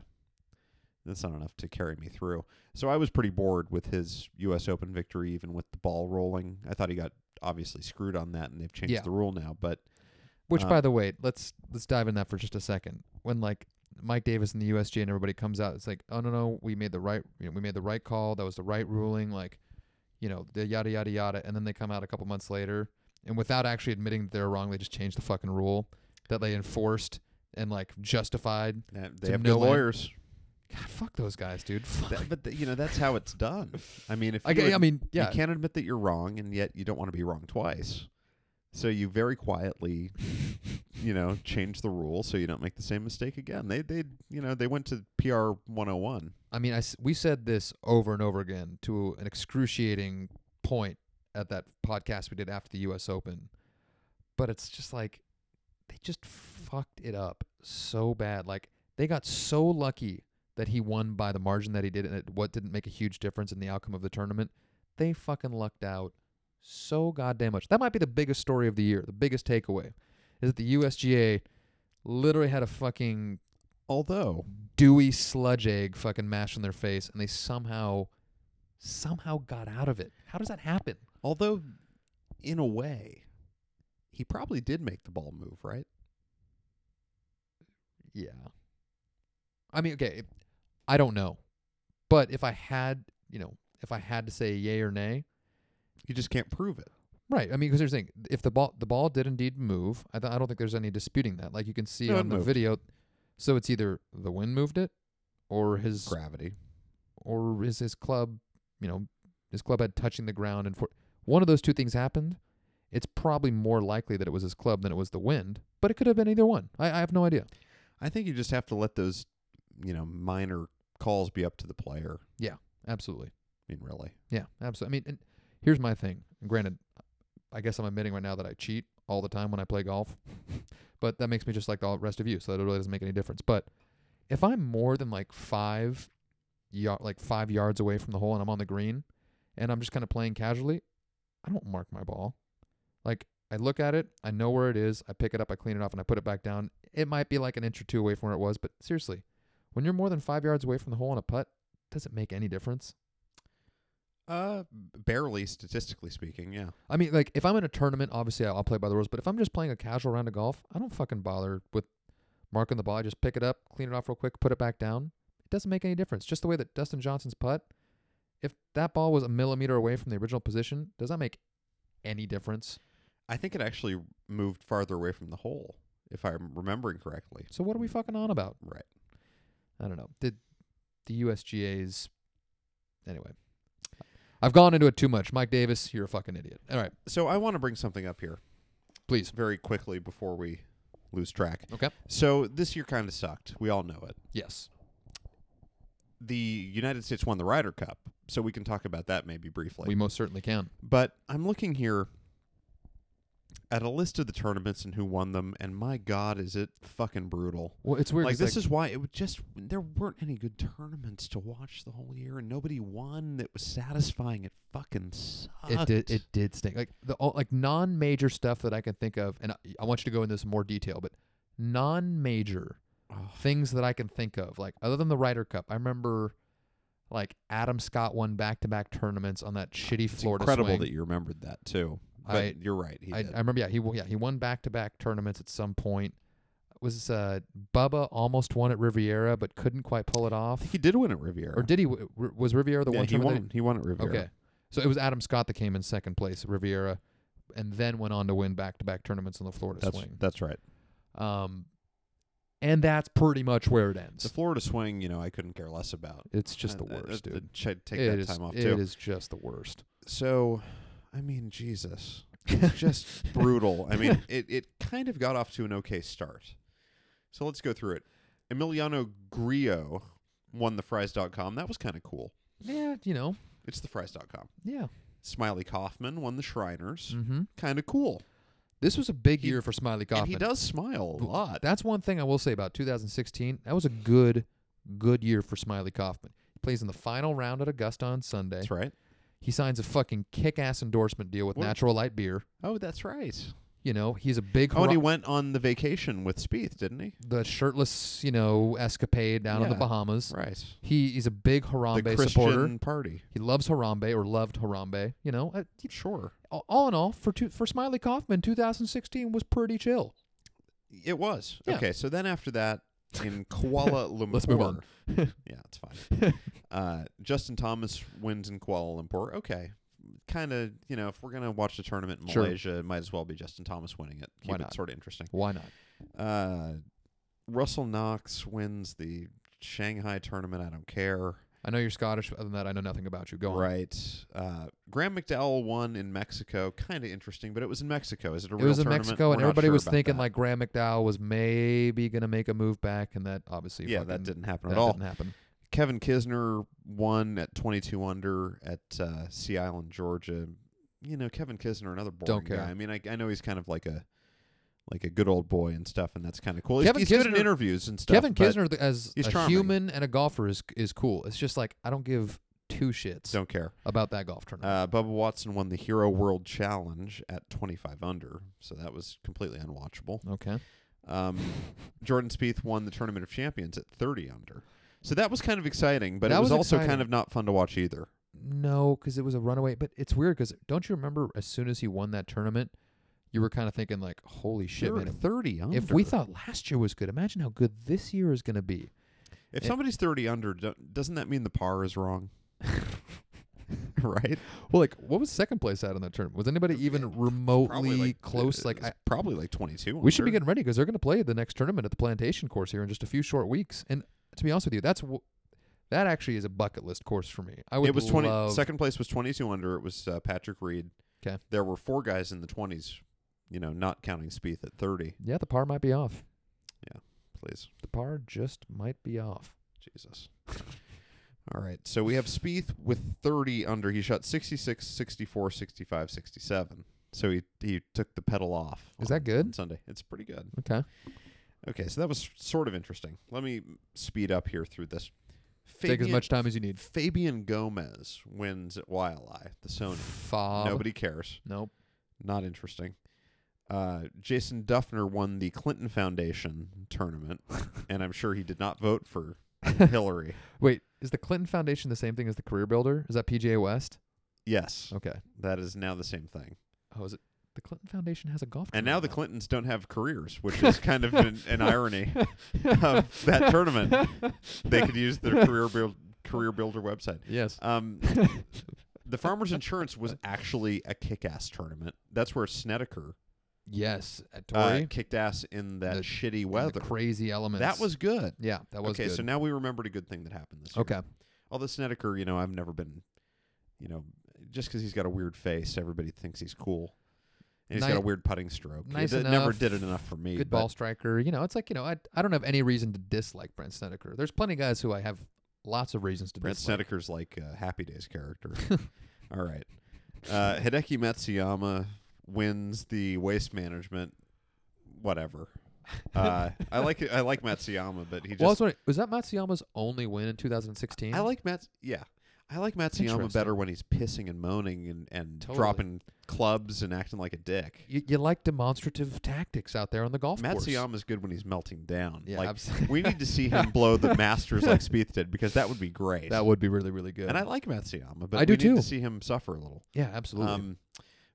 Speaker 2: that's not enough to carry me through. So I was pretty bored with his U.S. Open victory, even with the ball rolling. I thought he got obviously screwed on that, and they've changed
Speaker 1: Yeah.
Speaker 2: the rule now. But
Speaker 1: Which,
Speaker 2: Uh,
Speaker 1: by the way, let's let's dive in that for just a second. When like Mike Davis and the USG and everybody comes out, it's like, oh no no, we made the right you know, we made the right call. That was the right ruling. Like, you know, the yada yada yada. And then they come out a couple months later, and without actually admitting that they're wrong, they just changed the fucking rule that they enforced and like justified.
Speaker 2: uh, they
Speaker 1: To
Speaker 2: have
Speaker 1: no
Speaker 2: good
Speaker 1: end.
Speaker 2: lawyers.
Speaker 1: God, fuck those guys, dude. Fuck.
Speaker 2: That- but th- you know that's how it's done. I mean, if
Speaker 1: I,
Speaker 2: you
Speaker 1: g- I
Speaker 2: ad-
Speaker 1: mean, yeah,
Speaker 2: you can't admit that you're wrong, and yet you don't want to be wrong twice. So you very quietly you know, change the rule so you don't make the same mistake again. They they you know, they went to PR 101.
Speaker 1: I mean, I s- we said this over and over again to an excruciating point at that podcast we did after the U.S. Open, but it's just like they just fucked it up so bad. Like they got so lucky that he won by the margin that he did, and it what didn't make a huge difference in the outcome of the tournament. They fucking lucked out so goddamn much. That might be the biggest story of the year. The biggest takeaway is that the USGA literally had a fucking
Speaker 2: Although,
Speaker 1: dewy sludge egg fucking mashed in their face and they somehow somehow got out of it. How does that happen?
Speaker 2: although in a way he probably did make the ball move, right?
Speaker 1: Yeah. I mean, okay, I don't know. But if I had, you know, if I had to say yay or nay,
Speaker 2: You just can't prove it.
Speaker 1: right. I mean, because here's the thing. If the ball the ball did indeed move, I, th- I don't think there's any disputing that. Like you can see
Speaker 2: No, it
Speaker 1: on the
Speaker 2: moved.
Speaker 1: video. So it's either the wind moved it or his
Speaker 2: Gravity.
Speaker 1: or is his club, you know, his club had touching the ground and for one of those two things happened, it's probably more likely that it was his club than it was the wind, but it could have been either one. I, I have no idea.
Speaker 2: I think you just have to let those, you know, minor calls be up to the player.
Speaker 1: Absolutely.
Speaker 2: I mean, really.
Speaker 1: Yeah, absolutely. I mean, and here's my thing. And granted, I guess I'm admitting right now that I cheat all the time when I play golf, but that makes me just like the rest of you, so that it really doesn't make any difference. But if I'm more than like five, yard, like five yards away from the hole, and I'm on the green, and I'm just kind of playing casually, I don't mark my ball. Like I look at it, I know where it is, I pick it up, I clean it off, and I put it back down. It might be like an inch or two away from where it was, but seriously, when you're more than five yards away from the hole on a putt, does it make any difference?
Speaker 2: Uh barely statistically speaking, yeah.
Speaker 1: I mean, like if I'm in a tournament, obviously I'll I'll play by the rules. But if I'm just playing a casual round of golf, I don't fucking bother with marking the ball. I just pick it up, clean it off real quick, put it back down. It doesn't make any difference. Just the way that Dustin Johnson's putt. If that ball was a millimeter away from the original position, does that make any difference?
Speaker 2: I think it actually moved farther away from the hole, if I'm remembering correctly.
Speaker 1: So what are we fucking on about?
Speaker 2: Right.
Speaker 1: I don't know. Did the USGA's anyway? I've gone into it too much. Mike Davis, you're a fucking idiot. All right,
Speaker 2: So I want to bring something up here.
Speaker 1: please.
Speaker 2: very quickly before we lose track.
Speaker 1: Okay.
Speaker 2: So this year kind of sucked. We all know it.
Speaker 1: Yes.
Speaker 2: The United States won the Ryder Cup, so we can talk about that maybe briefly.
Speaker 1: we most certainly can.
Speaker 2: but I'm looking here at a list of the tournaments and who won them, and my God, is it fucking brutal!
Speaker 1: Well, it's weird.
Speaker 2: like
Speaker 1: 'cause,
Speaker 2: this is why it would just there weren't any good tournaments to watch the whole year, and nobody won that was satisfying. It fucking sucked.
Speaker 1: It did. It did stink. Like the all, like non-major stuff that I can think of, and I, I want you to go into this in more detail. But non-major
Speaker 2: Ugh. Oh,
Speaker 1: things that I can think of, like other than the Ryder Cup, I remember Like Adam Scott won back-to-back tournaments on that shitty
Speaker 2: It's
Speaker 1: Florida
Speaker 2: incredible
Speaker 1: swing.
Speaker 2: that you remembered that too. But
Speaker 1: I-
Speaker 2: you're right. He
Speaker 1: I, I
Speaker 2: did.
Speaker 1: remember, yeah, he w- yeah he won back to back tournaments at some point. Was uh, Bubba almost won at Riviera but couldn't quite pull it off,
Speaker 2: I think he did win at Riviera.
Speaker 1: or did he? W- r- was Riviera the
Speaker 2: yeah,
Speaker 1: one
Speaker 2: he
Speaker 1: tournament
Speaker 2: won. He won at
Speaker 1: that he-
Speaker 2: Riviera.
Speaker 1: okay, so it was Adam Scott that came in second place at Riviera, and then went on to win back to back tournaments on the Florida
Speaker 2: that's
Speaker 1: Swing.
Speaker 2: that's right.
Speaker 1: Um, and that's pretty much where it ends.
Speaker 2: The Florida swing, you know, I couldn't care less about.
Speaker 1: it's just the
Speaker 2: Uh, uh,
Speaker 1: worst,
Speaker 2: uh,
Speaker 1: dude.
Speaker 2: ch- take
Speaker 1: It
Speaker 2: that
Speaker 1: is-
Speaker 2: time off
Speaker 1: It
Speaker 2: too.
Speaker 1: is just the worst.
Speaker 2: So, I mean, Jesus, It's just brutal. I mean, it it kind of got off to an okay start. So let's go through it. Emiliano Grillo won the fries.com. That was kind of cool.
Speaker 1: Yeah, you know,
Speaker 2: It's the fries.com.
Speaker 1: yeah.
Speaker 2: Smiley Kaufman won the Shriners.
Speaker 1: Mm-hmm.
Speaker 2: Kind of cool.
Speaker 1: This was a big
Speaker 2: He-
Speaker 1: year for Smiley Kaufman.
Speaker 2: And he does smile a
Speaker 1: W-
Speaker 2: lot.
Speaker 1: That's one thing I will say about 2016. That was a good, good year for Smiley Kaufman. He plays in the final round at Augusta on Sunday.
Speaker 2: That's right.
Speaker 1: He signs a fucking kick-ass endorsement deal with
Speaker 2: What?
Speaker 1: Natural Light Beer.
Speaker 2: Oh, that's right.
Speaker 1: You know, he's a big
Speaker 2: Oh, and he
Speaker 1: hurrah-
Speaker 2: went on the vacation with Spieth, didn't he?
Speaker 1: the shirtless, you know, escapade down in the
Speaker 2: Yeah.
Speaker 1: Bahamas.
Speaker 2: Right.
Speaker 1: He he's a big
Speaker 2: The
Speaker 1: Harambe
Speaker 2: Christian
Speaker 1: supporter.
Speaker 2: party.
Speaker 1: He loves Harambe or loved Harambe. You know, Uh, he-
Speaker 2: Sure.
Speaker 1: all- all in all, for two, for Smiley Kaufman, 2016 was pretty chill.
Speaker 2: It was.
Speaker 1: Yeah.
Speaker 2: Okay, so then after that, in Kuala Lumpur.
Speaker 1: Let's move on.
Speaker 2: yeah, it's fine. Uh, Justin Thomas wins in Kuala Lumpur. Okay. Kind of, you know, if we're going to watch the tournament in
Speaker 1: Sure.
Speaker 2: Malaysia, it might as well be Justin Thomas winning it. Keep
Speaker 1: Why
Speaker 2: it
Speaker 1: not?
Speaker 2: sort of interesting.
Speaker 1: Why not?
Speaker 2: Uh, Russell Knox wins the Shanghai tournament. I don't care.
Speaker 1: I know you're Scottish. but Other than that, I know nothing about you. Go on.
Speaker 2: Right. Uh, Graham McDowell won in Mexico. Kind of interesting, but it was in Mexico. Is it a
Speaker 1: It
Speaker 2: real
Speaker 1: was in
Speaker 2: tournament?
Speaker 1: Mexico,
Speaker 2: We're
Speaker 1: and
Speaker 2: not
Speaker 1: everybody
Speaker 2: sure
Speaker 1: was
Speaker 2: about
Speaker 1: thinking
Speaker 2: that.
Speaker 1: like Graham McDowell was maybe gonna make a move back, and that obviously
Speaker 2: yeah,
Speaker 1: fucking-
Speaker 2: that didn't happen
Speaker 1: that
Speaker 2: at all.
Speaker 1: didn't happen.
Speaker 2: Kevin Kisner won at 22 under at uh, Sea Island, Georgia. You know, Kevin Kisner, another boring
Speaker 1: Don't care.
Speaker 2: guy. I mean, I, I know he's kind of like a like a good old boy and stuff, and that's kind of cool.
Speaker 1: Kevin
Speaker 2: he's he's good
Speaker 1: Kisner-
Speaker 2: in interviews and stuff.
Speaker 1: Kevin
Speaker 2: but
Speaker 1: Kisner th- as
Speaker 2: he's
Speaker 1: a
Speaker 2: charming.
Speaker 1: human and a golfer is is cool. It's just like I don't give two shits
Speaker 2: don't care.
Speaker 1: about that golf tournament.
Speaker 2: Uh, Bubba Watson won the Hero World Challenge at 25 under, so that was completely unwatchable.
Speaker 1: okay,
Speaker 2: Um, Jordan Spieth won the Tournament of Champions at 30 under. So that was kind of exciting, but
Speaker 1: That
Speaker 2: it was,
Speaker 1: was
Speaker 2: also
Speaker 1: exciting.
Speaker 2: kind of not fun to watch either.
Speaker 1: no, because it was a runaway. But it's weird because don't you remember as soon as he won that tournament, you were kind of thinking like, holy shit,
Speaker 2: Thir-
Speaker 1: man. if-
Speaker 2: 30 under.
Speaker 1: If we thought last year was good, imagine how good this year is going to be. it-
Speaker 2: if somebody's 30 under, do- doesn't that mean the par is wrong? right?
Speaker 1: Well, like, what was second place at in that tournament? Was anybody
Speaker 2: Yeah,
Speaker 1: even
Speaker 2: Probably uh,
Speaker 1: remotely close? Like,
Speaker 2: it's
Speaker 1: I,
Speaker 2: probably like 22.
Speaker 1: We should be
Speaker 2: under.
Speaker 1: getting ready because they're going to play the next tournament at the Plantation course here in just a few short weeks. And to be honest with you, that's w- that actually is a bucket list course for me. I would
Speaker 2: It was 20
Speaker 1: love-
Speaker 2: second place was 22 under. It was uh, Patrick Reed.
Speaker 1: 'Kay.
Speaker 2: There were four guys in the 20s, you know, not counting Spieth at 30.
Speaker 1: Yeah, the par might be off.
Speaker 2: Please.
Speaker 1: The par just might be off.
Speaker 2: Jesus. All right. So we have Spieth with 30 under. He shot 66, 64, 65, 67. So he, he took the pedal off.
Speaker 1: Is that
Speaker 2: on-
Speaker 1: good?
Speaker 2: on Sunday. It's pretty good.
Speaker 1: Okay.
Speaker 2: Okay. So that was sort of interesting. Let me speed up here through this.
Speaker 1: Take as much time as you need.
Speaker 2: Fabian Gomez wins at YLI, the Sony.
Speaker 1: Fob.
Speaker 2: Nobody cares.
Speaker 1: Nope.
Speaker 2: Not interesting. Uh, Jason Duffner won the Clinton Foundation tournament, and I'm sure he did not vote for Hillary.
Speaker 1: Wait, is the Clinton Foundation the same thing as the Career Builder? Is that PGA West?
Speaker 2: Yes.
Speaker 1: Okay.
Speaker 2: That is now the same thing.
Speaker 1: Oh, is it? The Clinton Foundation has a golf.
Speaker 2: And now the
Speaker 1: tournament
Speaker 2: Clintons don't have careers, which is kind of an, an irony of that tournament. They could use their career build, career builder website.
Speaker 1: Yes.
Speaker 2: Um, the Farmers Insurance was actually a kick-ass tournament. That's where Snedeker
Speaker 1: Yes. At
Speaker 2: uh,
Speaker 1: Torrey.
Speaker 2: kicked ass in that
Speaker 1: The-
Speaker 2: shitty
Speaker 1: and the
Speaker 2: weather.
Speaker 1: Crazy elements.
Speaker 2: That was good.
Speaker 1: Yeah, that was
Speaker 2: okay,
Speaker 1: good.
Speaker 2: so now we remembered a good thing that happened this year.
Speaker 1: okay.
Speaker 2: Although Snedeker, you know, I've never been, you know, just because he's got a weird face, everybody thinks he's cool. And he's got
Speaker 1: Ni-
Speaker 2: a weird putting stroke.
Speaker 1: nice
Speaker 2: it did- never
Speaker 1: enough,
Speaker 2: did it enough for me.
Speaker 1: good
Speaker 2: but-
Speaker 1: ball striker. You know, it's like you know, I I don't have any reason to dislike Brent Snedeker. There's plenty of guys who I have lots of reasons to
Speaker 2: Brent
Speaker 1: dislike.
Speaker 2: Snedeker's like uh, Happy Days character. All right. Uh, Hideki Matsuyama wins the waste management. Whatever. Uh, I like I like Matsuyama, but he
Speaker 1: Well, I was
Speaker 2: just
Speaker 1: wondering, was that Matsuyama's only win in 2016?
Speaker 2: I like Mats. Yeah, I like Matsuyama
Speaker 1: Interesting.
Speaker 2: better when he's pissing and moaning and, and
Speaker 1: Totally.
Speaker 2: dropping clubs and acting like a dick.
Speaker 1: You, you like demonstrative tactics out there on the golf course.
Speaker 2: Matsuyama's good when he's melting down.
Speaker 1: Yeah,
Speaker 2: like
Speaker 1: abs-
Speaker 2: we need to see him blow the Masters like Spieth did because that would be great.
Speaker 1: That would be really, really good.
Speaker 2: and I like Matsuyama, but
Speaker 1: I do
Speaker 2: we need
Speaker 1: too.
Speaker 2: to see him suffer a little.
Speaker 1: yeah, absolutely.
Speaker 2: Um,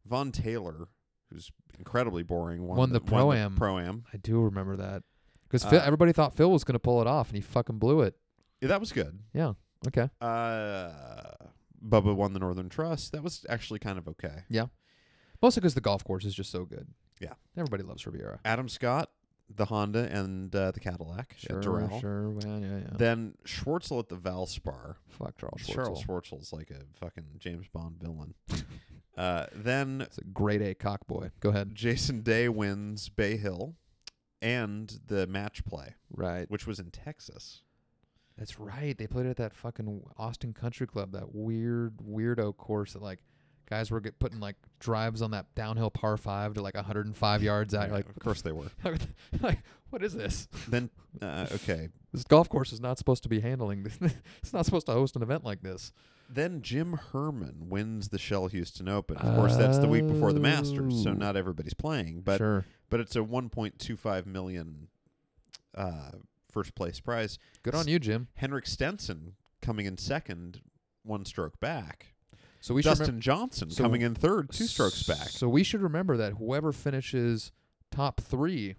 Speaker 2: Von Taylor, who's incredibly boring, won,
Speaker 1: Won the Pro-Am.
Speaker 2: Pro Am.
Speaker 1: I do remember that because
Speaker 2: Uh,
Speaker 1: everybody thought Phil was going to pull it off, and he fucking blew it.
Speaker 2: Yeah, that was good.
Speaker 1: Yeah. Okay.
Speaker 2: Uh, Bubba won the Northern Trust. That was actually kind of okay.
Speaker 1: Mostly because the golf course is just so good.
Speaker 2: Yeah.
Speaker 1: Everybody loves Riviera.
Speaker 2: Adam Scott, the Honda, and uh, the Cadillac.
Speaker 1: Sure.
Speaker 2: at Doral.
Speaker 1: Sure. Well, yeah. Yeah.
Speaker 2: Then Schwartzel at the Valspar.
Speaker 1: Fuck Charles Schwartzel.
Speaker 2: Charles Schwartzel's like a fucking James Bond villain. uh, then
Speaker 1: It's a grade A cockboy. Go ahead.
Speaker 2: Jason Day wins Bay Hill and the match play,
Speaker 1: Right.
Speaker 2: which was in Texas.
Speaker 1: That's right. They played it at that fucking Austin Country Club, that weird weirdo course that like guys were get putting like drives on that downhill par five to like 105 yards out.
Speaker 2: Yeah,
Speaker 1: You're like,
Speaker 2: of course they were.
Speaker 1: like, what is this?
Speaker 2: then uh, okay.
Speaker 1: This golf course is not supposed to be handling this. it's not supposed to host an event like this.
Speaker 2: Then Jim Herman wins the Shell Houston Open. Of course, that's the week before the Masters, so
Speaker 1: Oh.
Speaker 2: not everybody's playing. But
Speaker 1: sure.
Speaker 2: but it's a 1.25 million uh, first place prize.
Speaker 1: Good on you, Jim.
Speaker 2: Henrik Stenson coming in second, one stroke back.
Speaker 1: So we should
Speaker 2: Dustin
Speaker 1: remem-
Speaker 2: Johnson
Speaker 1: so-
Speaker 2: coming in third, two strokes back.
Speaker 1: So we should remember that whoever finishes top three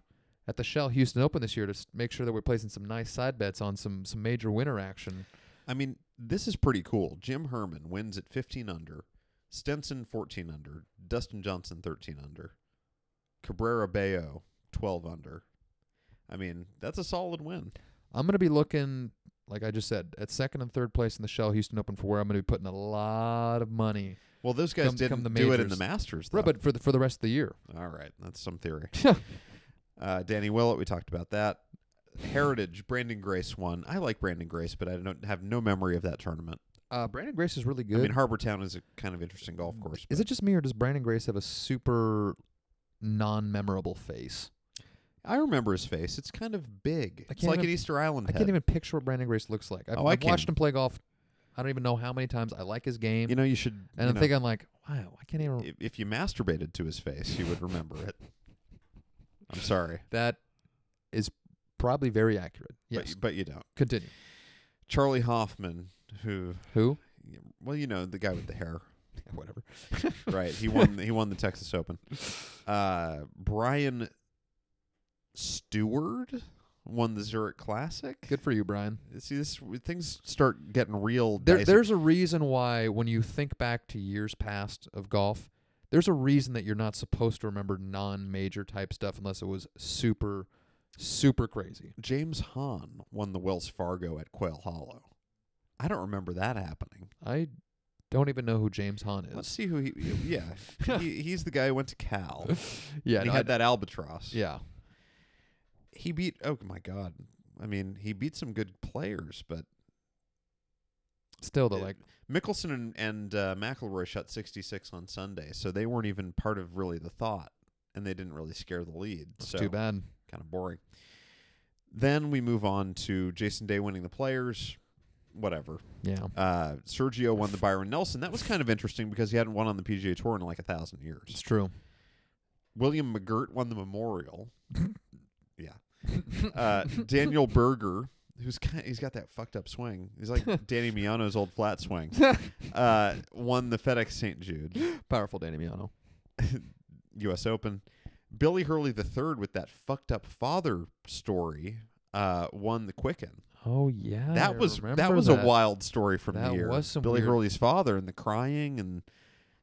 Speaker 1: at the Shell Houston Open this year to s- make sure that we're placing some nice side bets on some some major winner action.
Speaker 2: I mean, this is pretty cool. Jim Herman wins at 15 under, Stenson 14 under, Dustin Johnson 13 under, Cabrera Bayo 12 under. I mean, that's a solid win.
Speaker 1: I'm gonna be looking, like I just said, at second and third place in the Shell Houston Open for where I'm gonna be putting a lot of money.
Speaker 2: Well, those guys
Speaker 1: Come-
Speaker 2: didn't
Speaker 1: come the
Speaker 2: do it in the
Speaker 1: majors.
Speaker 2: Masters, though.
Speaker 1: Right, but for the for the rest of the year.
Speaker 2: All right, that's some theory. uh, Danny Willett, we talked about that. Heritage, Brandon Grace won. I like Brandon Grace, but I don't have no memory of that tournament.
Speaker 1: Uh, Brandon Grace is really good. Mm,
Speaker 2: I mean, Harbortown is a kind of interesting golf course.
Speaker 1: is
Speaker 2: but
Speaker 1: it just me or does Brandon Grace have a super non-memorable face?
Speaker 2: I remember his face. It's kind of big.
Speaker 1: I
Speaker 2: It's
Speaker 1: can't
Speaker 2: like
Speaker 1: even-
Speaker 2: an Easter Island
Speaker 1: I
Speaker 2: head.
Speaker 1: can't even picture what Brandon Grace looks like. I've,
Speaker 2: Oh, I
Speaker 1: I've watched
Speaker 2: can.
Speaker 1: him play golf. I don't even know how many times. I like his game,
Speaker 2: You know, you should.
Speaker 1: and
Speaker 2: you
Speaker 1: I'm
Speaker 2: know,
Speaker 1: thinking like, wow, I can't even.
Speaker 2: if, if you masturbated to his face, you would remember it. I'm sorry,
Speaker 1: that is probably very accurate.
Speaker 2: but
Speaker 1: Yes.
Speaker 2: you- but you don't.
Speaker 1: Continue.
Speaker 2: Charlie Hoffman, who,
Speaker 1: Who?
Speaker 2: well, you know, the guy with the hair,
Speaker 1: Whatever.
Speaker 2: right? He won. he won the Texas Open. Uh, Brian Stewart won the Zurich Classic.
Speaker 1: Good for you, Brian.
Speaker 2: See, this things start getting real.
Speaker 1: There,
Speaker 2: dicey.
Speaker 1: there's a reason why when you think back to years past of golf, there's a reason that you're not supposed to remember non-major type stuff unless it was super, super crazy.
Speaker 2: James Hahn won the Wells Fargo at Quail Hollow. I don't remember that happening.
Speaker 1: I don't even know who James Hahn is.
Speaker 2: Let's see who he. Yeah, he, he's the guy who went to Cal.
Speaker 1: yeah,
Speaker 2: and
Speaker 1: no,
Speaker 2: he
Speaker 1: I-
Speaker 2: had that albatross.
Speaker 1: yeah.
Speaker 2: he beat. Oh my god! I mean, he beat some good players, but
Speaker 1: Still though,
Speaker 2: it-
Speaker 1: like
Speaker 2: Mickelson and, and uh, McIlroy shot 66 on Sunday, so they weren't even part of really the thought, and they didn't really scare the lead.
Speaker 1: it's
Speaker 2: so
Speaker 1: too bad.
Speaker 2: kind of boring. Then we move on to Jason Day winning the Players. Whatever.
Speaker 1: Yeah.
Speaker 2: Uh, Sergio won the Byron Nelson. That was kind of interesting because he hadn't won on the PGA Tour in like a thousand years.
Speaker 1: It's true.
Speaker 2: William McGirt won the Memorial. yeah. Uh, Daniel Berger, who's kind he's got that fucked up swing. He's like Danny Miano's old flat swing. Uh, won the FedEx St. Jude
Speaker 1: Powerful Danny Miano.
Speaker 2: U.S. Open. Billy Hurley the third with that fucked up father story. Uh, won the Quicken.
Speaker 1: Oh yeah. I
Speaker 2: that was that
Speaker 1: remember
Speaker 2: was a
Speaker 1: that.
Speaker 2: wild story from
Speaker 1: That
Speaker 2: the year.
Speaker 1: was some
Speaker 2: Billy
Speaker 1: weird-
Speaker 2: Hurley's father and the crying and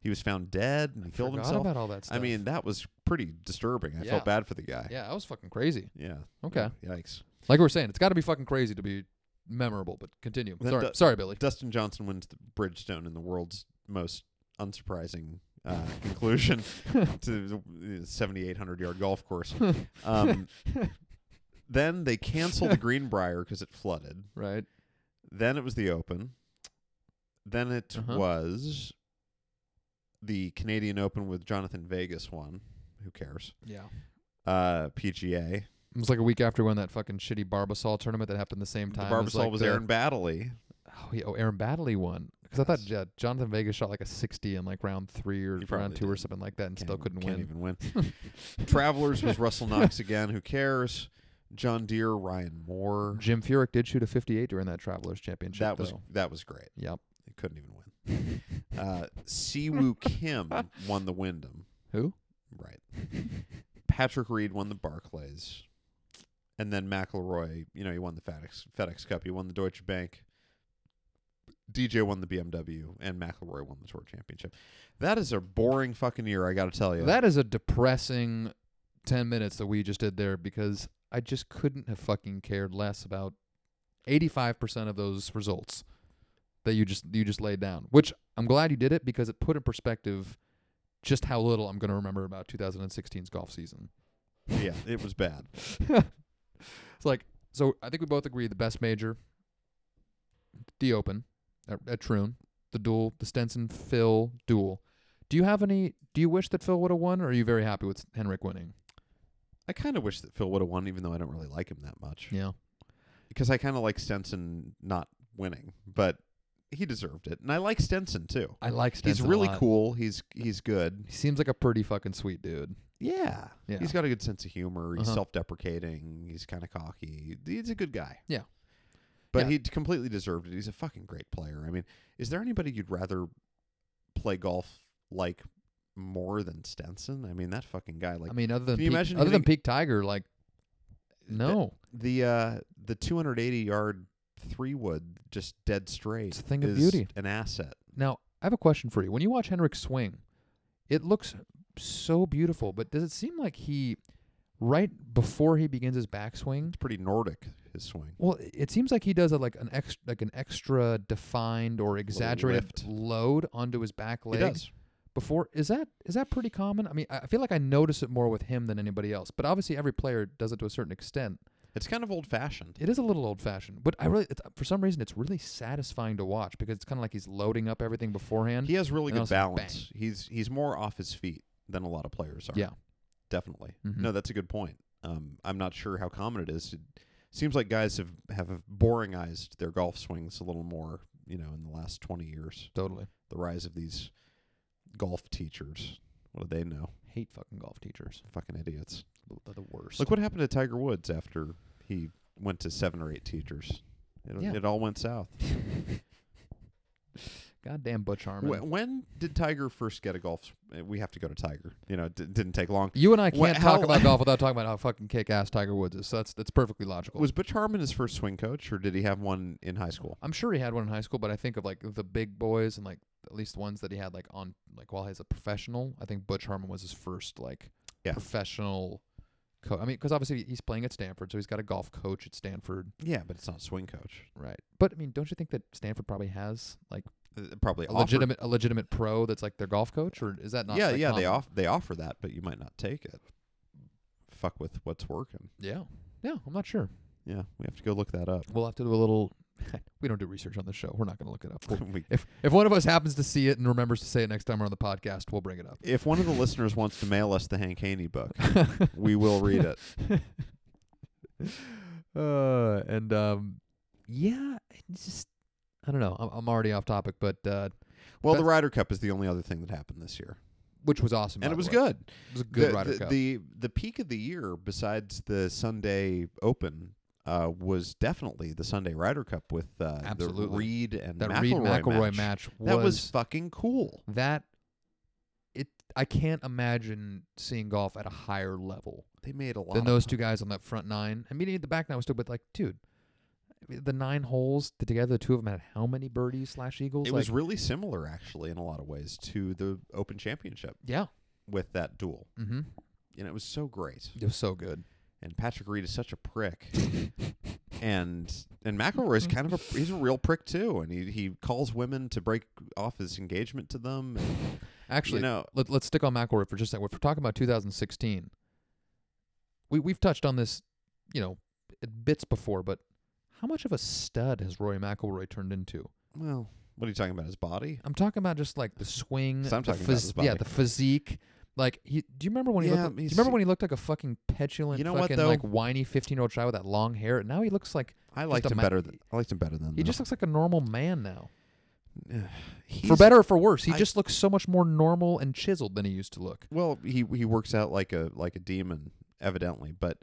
Speaker 2: he was found dead and he
Speaker 1: I
Speaker 2: killed
Speaker 1: forgot
Speaker 2: himself.
Speaker 1: about all that stuff.
Speaker 2: I mean, that was pretty disturbing. I
Speaker 1: Yeah.
Speaker 2: felt bad for the guy.
Speaker 1: yeah, that was fucking crazy.
Speaker 2: Yeah.
Speaker 1: Okay.
Speaker 2: Yikes.
Speaker 1: Like we were saying, it's got to be fucking crazy to be memorable. But continue.
Speaker 2: Then
Speaker 1: sorry,
Speaker 2: Du-
Speaker 1: sorry, Billy.
Speaker 2: Dustin Johnson wins the Bridgestone in the world's most unsurprising uh, conclusion to the 7,800 yard golf course. Um, then they canceled the Greenbrier because it flooded.
Speaker 1: right.
Speaker 2: Then it was the Open. Then it
Speaker 1: Uh-huh.
Speaker 2: was the Canadian Open with Jonathan Vegas won. Who cares?
Speaker 1: Yeah.
Speaker 2: Uh, PGA.
Speaker 1: It was like a week after when that fucking shitty Barbasol tournament that happened the same
Speaker 2: The
Speaker 1: time. as,
Speaker 2: Barbasol
Speaker 1: like,
Speaker 2: was
Speaker 1: the-
Speaker 2: Aaron Baddeley.
Speaker 1: Oh, yeah, oh, Aaron Baddeley won. Because I thought uh, Jonathan Vega shot like a 60 in like round three or
Speaker 2: He
Speaker 1: round
Speaker 2: probably
Speaker 1: two or
Speaker 2: did.
Speaker 1: something like that and
Speaker 2: Can't
Speaker 1: still
Speaker 2: even-
Speaker 1: couldn't
Speaker 2: can't
Speaker 1: win.
Speaker 2: even win. Travelers was Russell Knox again. Who cares? John Deere, Ryan Moore.
Speaker 1: Jim Furyk did shoot a 58 during that Travelers Championship.
Speaker 2: That was
Speaker 1: though.
Speaker 2: that was great.
Speaker 1: Yep.
Speaker 2: They couldn't even win. Uh, Siwoo Kim won the Wyndham.
Speaker 1: Who?
Speaker 2: Right. Patrick Reed won the Barclays. And then McElroy, you know, he won the FedEx, FedEx Cup. He won the Deutsche Bank. DJ won the BMW. And McElroy won the Tour Championship. That is a boring fucking year, I got to tell you.
Speaker 1: That is a depressing 10 minutes that we just did there because I just couldn't have fucking cared less about 85% of those results that you just you just laid down, which I'm glad you did it because it put in perspective just how little I'm going to remember about 2016's golf season.
Speaker 2: yeah, it was bad.
Speaker 1: It's like so I think we both agree the best major the Open at, at Troon, the duel, the Stenson Phil duel. Do you have any do you wish that Phil would have won or are you very happy with Henrik winning?
Speaker 2: I kind of wish that Phil would have won, even though I don't really like him that much.
Speaker 1: Yeah.
Speaker 2: Because I kind of like Stenson not winning, but he deserved it. And I like Stenson, too.
Speaker 1: I like Stenson.
Speaker 2: he's
Speaker 1: a
Speaker 2: really
Speaker 1: lot.
Speaker 2: cool. He's he's good.
Speaker 1: He seems like a pretty fucking sweet dude.
Speaker 2: Yeah.
Speaker 1: Yeah.
Speaker 2: He's got a good sense of humor. He's
Speaker 1: Uh-huh.
Speaker 2: self-deprecating. He's kind of cocky. He's a good guy.
Speaker 1: Yeah.
Speaker 2: But
Speaker 1: Yeah.
Speaker 2: he completely deserved it. He's a fucking great player. I mean, is there anybody you'd rather play golf like more than Stenson? I mean, that fucking guy like
Speaker 1: I mean, other than
Speaker 2: can you
Speaker 1: Peak-
Speaker 2: imagine
Speaker 1: other than
Speaker 2: hitting-
Speaker 1: Peak Tiger, like no,
Speaker 2: the uh the 280-yard three wood just dead straight.
Speaker 1: It's a thing of
Speaker 2: is
Speaker 1: beauty.
Speaker 2: An asset.
Speaker 1: Now, I have a question for you. When you watch Henrik swing, it looks so beautiful, but does it seem like he, right before he begins his backswing,
Speaker 2: It's pretty Nordic his swing.
Speaker 1: well, i- it seems like he does a, like an ex, like an extra defined or exaggerated
Speaker 2: lift.
Speaker 1: load onto his back leg
Speaker 2: He does.
Speaker 1: before. Is that is that pretty common? I mean, I I feel like I notice it more with him than anybody else, but obviously every player does it to a certain extent.
Speaker 2: It's kind of old-fashioned.
Speaker 1: It is a little old fashioned, but I really, it's, for some reason, it's really satisfying to watch because it's kind of like he's loading up everything beforehand.
Speaker 2: He has really
Speaker 1: And
Speaker 2: good
Speaker 1: then also
Speaker 2: balance. He's he's more off his feet than a lot of players are.
Speaker 1: Yeah.
Speaker 2: definitely.
Speaker 1: Mhm.
Speaker 2: No, that's a good point. Um, I'm not sure how common it is. It seems like guys have have boringized their golf swings a little more. You know, in the last 20 years,
Speaker 1: Totally.
Speaker 2: the rise of these golf teachers. What do they know?
Speaker 1: Hate fucking golf teachers.
Speaker 2: Fucking idiots.
Speaker 1: They're the worst.
Speaker 2: Look what happened to Tiger Woods after he went to seven or eight teachers. It,
Speaker 1: Yeah.
Speaker 2: it all went south.
Speaker 1: Goddamn Butch Harmon.
Speaker 2: Wh- when did Tiger first get a golf? s- eh, We have to go to Tiger. You know, it d- didn't take long.
Speaker 1: you and I
Speaker 2: wh-
Speaker 1: can't
Speaker 2: how-
Speaker 1: talk about golf without talking about how fucking kick ass Tiger Woods is. So that's that's perfectly logical.
Speaker 2: Was Butch Harmon his first swing coach, or did he have one in high school?
Speaker 1: I'm sure he had one in high school, but I think of like the big boys and like at least ones that he had like on like while he's a professional. I think Butch Harmon was his first like
Speaker 2: Yeah.
Speaker 1: professional coach. I mean, because obviously he's playing at Stanford, so he's got a golf coach at Stanford,
Speaker 2: Yeah, but it's not swing coach.
Speaker 1: right? But I mean, don't you think that Stanford probably has like
Speaker 2: Uh, Probably
Speaker 1: a
Speaker 2: offered-
Speaker 1: legitimate a legitimate pro that's like their golf coach, or is that not?
Speaker 2: yeah,
Speaker 1: like,
Speaker 2: yeah, they
Speaker 1: common?
Speaker 2: off they offer that, but you might not take it. Fuck with what's working.
Speaker 1: Yeah, yeah, I'm not sure.
Speaker 2: Yeah, we have to go look that up.
Speaker 1: We'll have to do a little. we don't do research on the show. We're not going to look it up. We'll-
Speaker 2: we,
Speaker 1: if if one of us happens to see it and remembers to say it next time we're on the podcast, we'll bring it up.
Speaker 2: if one of the listeners wants to mail us the Hank Haney book, we will read it.
Speaker 1: uh, and um, yeah, it's just I don't know. I'm, I'm already off topic, but uh,
Speaker 2: Well, the
Speaker 1: That's-
Speaker 2: Ryder Cup is the only other thing that happened this year,
Speaker 1: which was awesome, by
Speaker 2: and
Speaker 1: the
Speaker 2: it was
Speaker 1: way.
Speaker 2: good.
Speaker 1: It was a good
Speaker 2: the,
Speaker 1: Ryder
Speaker 2: the,
Speaker 1: Cup.
Speaker 2: The the peak of the year, besides the Sunday Open, uh, was definitely the Sunday Ryder Cup with uh, the
Speaker 1: Absolutely.
Speaker 2: Reed and
Speaker 1: that
Speaker 2: McElroy
Speaker 1: Reed McIlroy
Speaker 2: match.
Speaker 1: match,
Speaker 2: That was fucking cool.
Speaker 1: that. It I can't imagine seeing golf at a higher level.
Speaker 2: They made a lot.
Speaker 1: than
Speaker 2: of
Speaker 1: those two guys on that front nine. I mean, at the back nine was still, but like, dude, I mean, the nine holes the- together, the two of them had how many birdies slash eagles?
Speaker 2: It
Speaker 1: like,
Speaker 2: was really similar, actually, in a lot of ways, to the Open Championship
Speaker 1: yeah,
Speaker 2: with that duel,
Speaker 1: mm-hmm.
Speaker 2: and it was so great.
Speaker 1: it was so good.
Speaker 2: And Patrick Reed is such a prick, and and McElroy is kind of a he's a real prick too, and he he calls women to break off his engagement to them. And,
Speaker 1: Actually,
Speaker 2: you know,
Speaker 1: let, let's stick on McElroy for just a second. If we're talking about 2016, we we've touched on this, you know, at bits before, but how much of a stud has Roy McElroy turned into?
Speaker 2: well, what are you talking about? His body?
Speaker 1: I'm talking about just like the swing,
Speaker 2: So I'm
Speaker 1: the
Speaker 2: talking about his
Speaker 1: yeah,
Speaker 2: body.
Speaker 1: the physique. Like, he, do you remember when he
Speaker 2: Yeah,
Speaker 1: looked? Like, do you
Speaker 2: he's-
Speaker 1: remember when he looked like a fucking petulant,
Speaker 2: You know what,
Speaker 1: fucking
Speaker 2: though?
Speaker 1: like whiny fifteen-year-old guy with that long hair? Now he looks like
Speaker 2: I liked
Speaker 1: a
Speaker 2: him
Speaker 1: ma-
Speaker 2: better. Than, I liked him better than.
Speaker 1: he
Speaker 2: the-
Speaker 1: just looks like a normal man now. for
Speaker 2: He's-
Speaker 1: better or for worse, he
Speaker 2: I-
Speaker 1: just looks so much more normal and chiseled than he used to look.
Speaker 2: Well, he he works out like a like a demon, evidently. But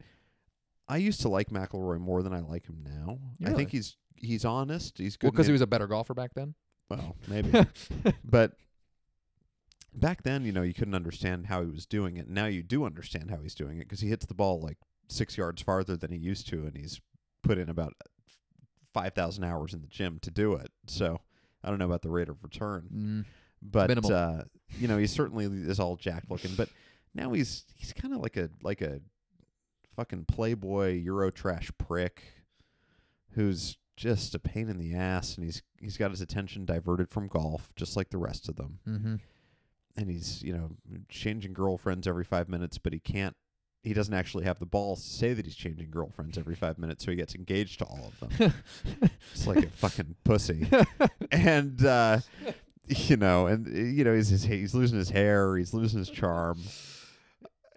Speaker 2: I used to like McElroy more than I like him now. I
Speaker 1: Really?
Speaker 2: think he's he's honest. He's
Speaker 1: Well,
Speaker 2: good.
Speaker 1: because he
Speaker 2: na-
Speaker 1: was a better golfer back then.
Speaker 2: well, maybe. but back then, you know, you couldn't understand how he was doing it. Now you do understand how he's doing it because he hits the ball like six yards farther than he used to, and he's put in about five thousand hours in the gym to do it. So I don't know about the rate of return
Speaker 1: Mm.
Speaker 2: but
Speaker 1: Minimal.
Speaker 2: uh, you know he certainly is all jacked looking. But now he's he's kind of like a like a fucking playboy Eurotrash prick who's just a pain in the ass, and he's he's got his attention diverted from golf, just like the rest of them.
Speaker 1: Mm-hmm.
Speaker 2: And he's you know changing girlfriends every five minutes, but he can't. He doesn't actually have the balls to say that he's changing girlfriends every five minutes, so he gets engaged to all of them. it's like a fucking pussy and uh, you know, and uh, you know, he's his, he's losing his hair, he's losing his charm.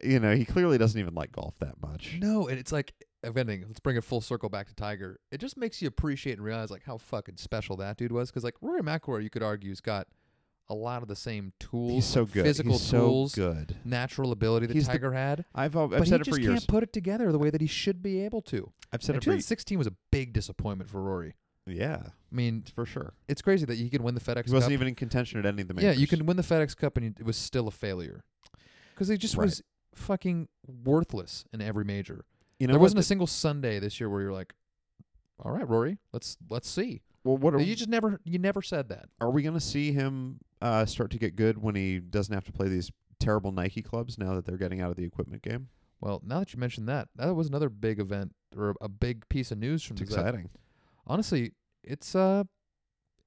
Speaker 2: You know, he clearly doesn't even like golf that much.
Speaker 1: No, and it's like if anything, let's bring it full circle back to Tiger. It just makes you appreciate and realize like how fucking special that dude was. Because like Rory McIlroy, you could argue, has got a lot of the same tools,
Speaker 2: He's so good.
Speaker 1: physical
Speaker 2: he's
Speaker 1: tools,
Speaker 2: so good.
Speaker 1: natural ability that
Speaker 2: He's the-
Speaker 1: Tiger had,
Speaker 2: I've al- I've
Speaker 1: but he
Speaker 2: said it
Speaker 1: just
Speaker 2: for
Speaker 1: can't
Speaker 2: years.
Speaker 1: put it together the way that he should be able to.
Speaker 2: I've said
Speaker 1: And
Speaker 2: it for
Speaker 1: 2016 was a big disappointment for Rory.
Speaker 2: yeah,
Speaker 1: I mean,
Speaker 2: for sure.
Speaker 1: it's crazy that he could win the FedEx.
Speaker 2: He wasn't
Speaker 1: Cup.
Speaker 2: even in contention at any of the
Speaker 1: yeah,
Speaker 2: majors.
Speaker 1: you can win the FedEx Cup and it was still a failure because he just
Speaker 2: Right.
Speaker 1: was fucking worthless in every major.
Speaker 2: You know,
Speaker 1: there
Speaker 2: what?
Speaker 1: wasn't a single Sunday this year where you're like, "All right, Rory, let's let's see."
Speaker 2: well, what are,
Speaker 1: You just never you never said that.
Speaker 2: are we going to see him uh, start to get good when he doesn't have to play these terrible Nike clubs now that they're getting out of the equipment game?
Speaker 1: Well, now that you mentioned that, that was another big event or a big piece of news from
Speaker 2: It's
Speaker 1: the Gazette.
Speaker 2: exciting.
Speaker 1: Honestly, it's uh,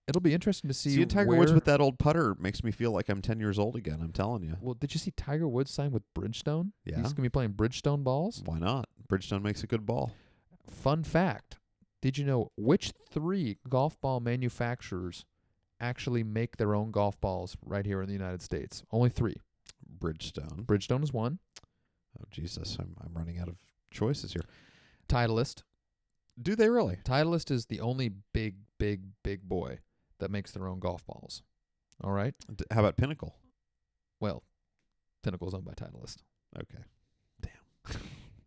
Speaker 1: it'll be interesting to see.
Speaker 2: Seeing Tiger Woods
Speaker 1: where-
Speaker 2: with that old putter makes me feel like I'm ten years old again. I'm telling you.
Speaker 1: Well, did you see Tiger Woods sign with Bridgestone?
Speaker 2: Yeah.
Speaker 1: he's gonna be playing Bridgestone balls.
Speaker 2: Why not? Bridgestone makes a good ball. Mm.
Speaker 1: Fun fact: Did you know which three golf ball manufacturers actually make their own golf balls right here in the United States? Only three.
Speaker 2: Bridgestone.
Speaker 1: Bridgestone is one.
Speaker 2: Oh Jesus, I'm I'm running out of choices here.
Speaker 1: Titleist.
Speaker 2: Do they really?
Speaker 1: Titleist is the only big, big, big boy that makes their own golf balls. All right.
Speaker 2: D- how about Pinnacle?
Speaker 1: Well, Pinnacle's owned by Titleist.
Speaker 2: Okay. Damn.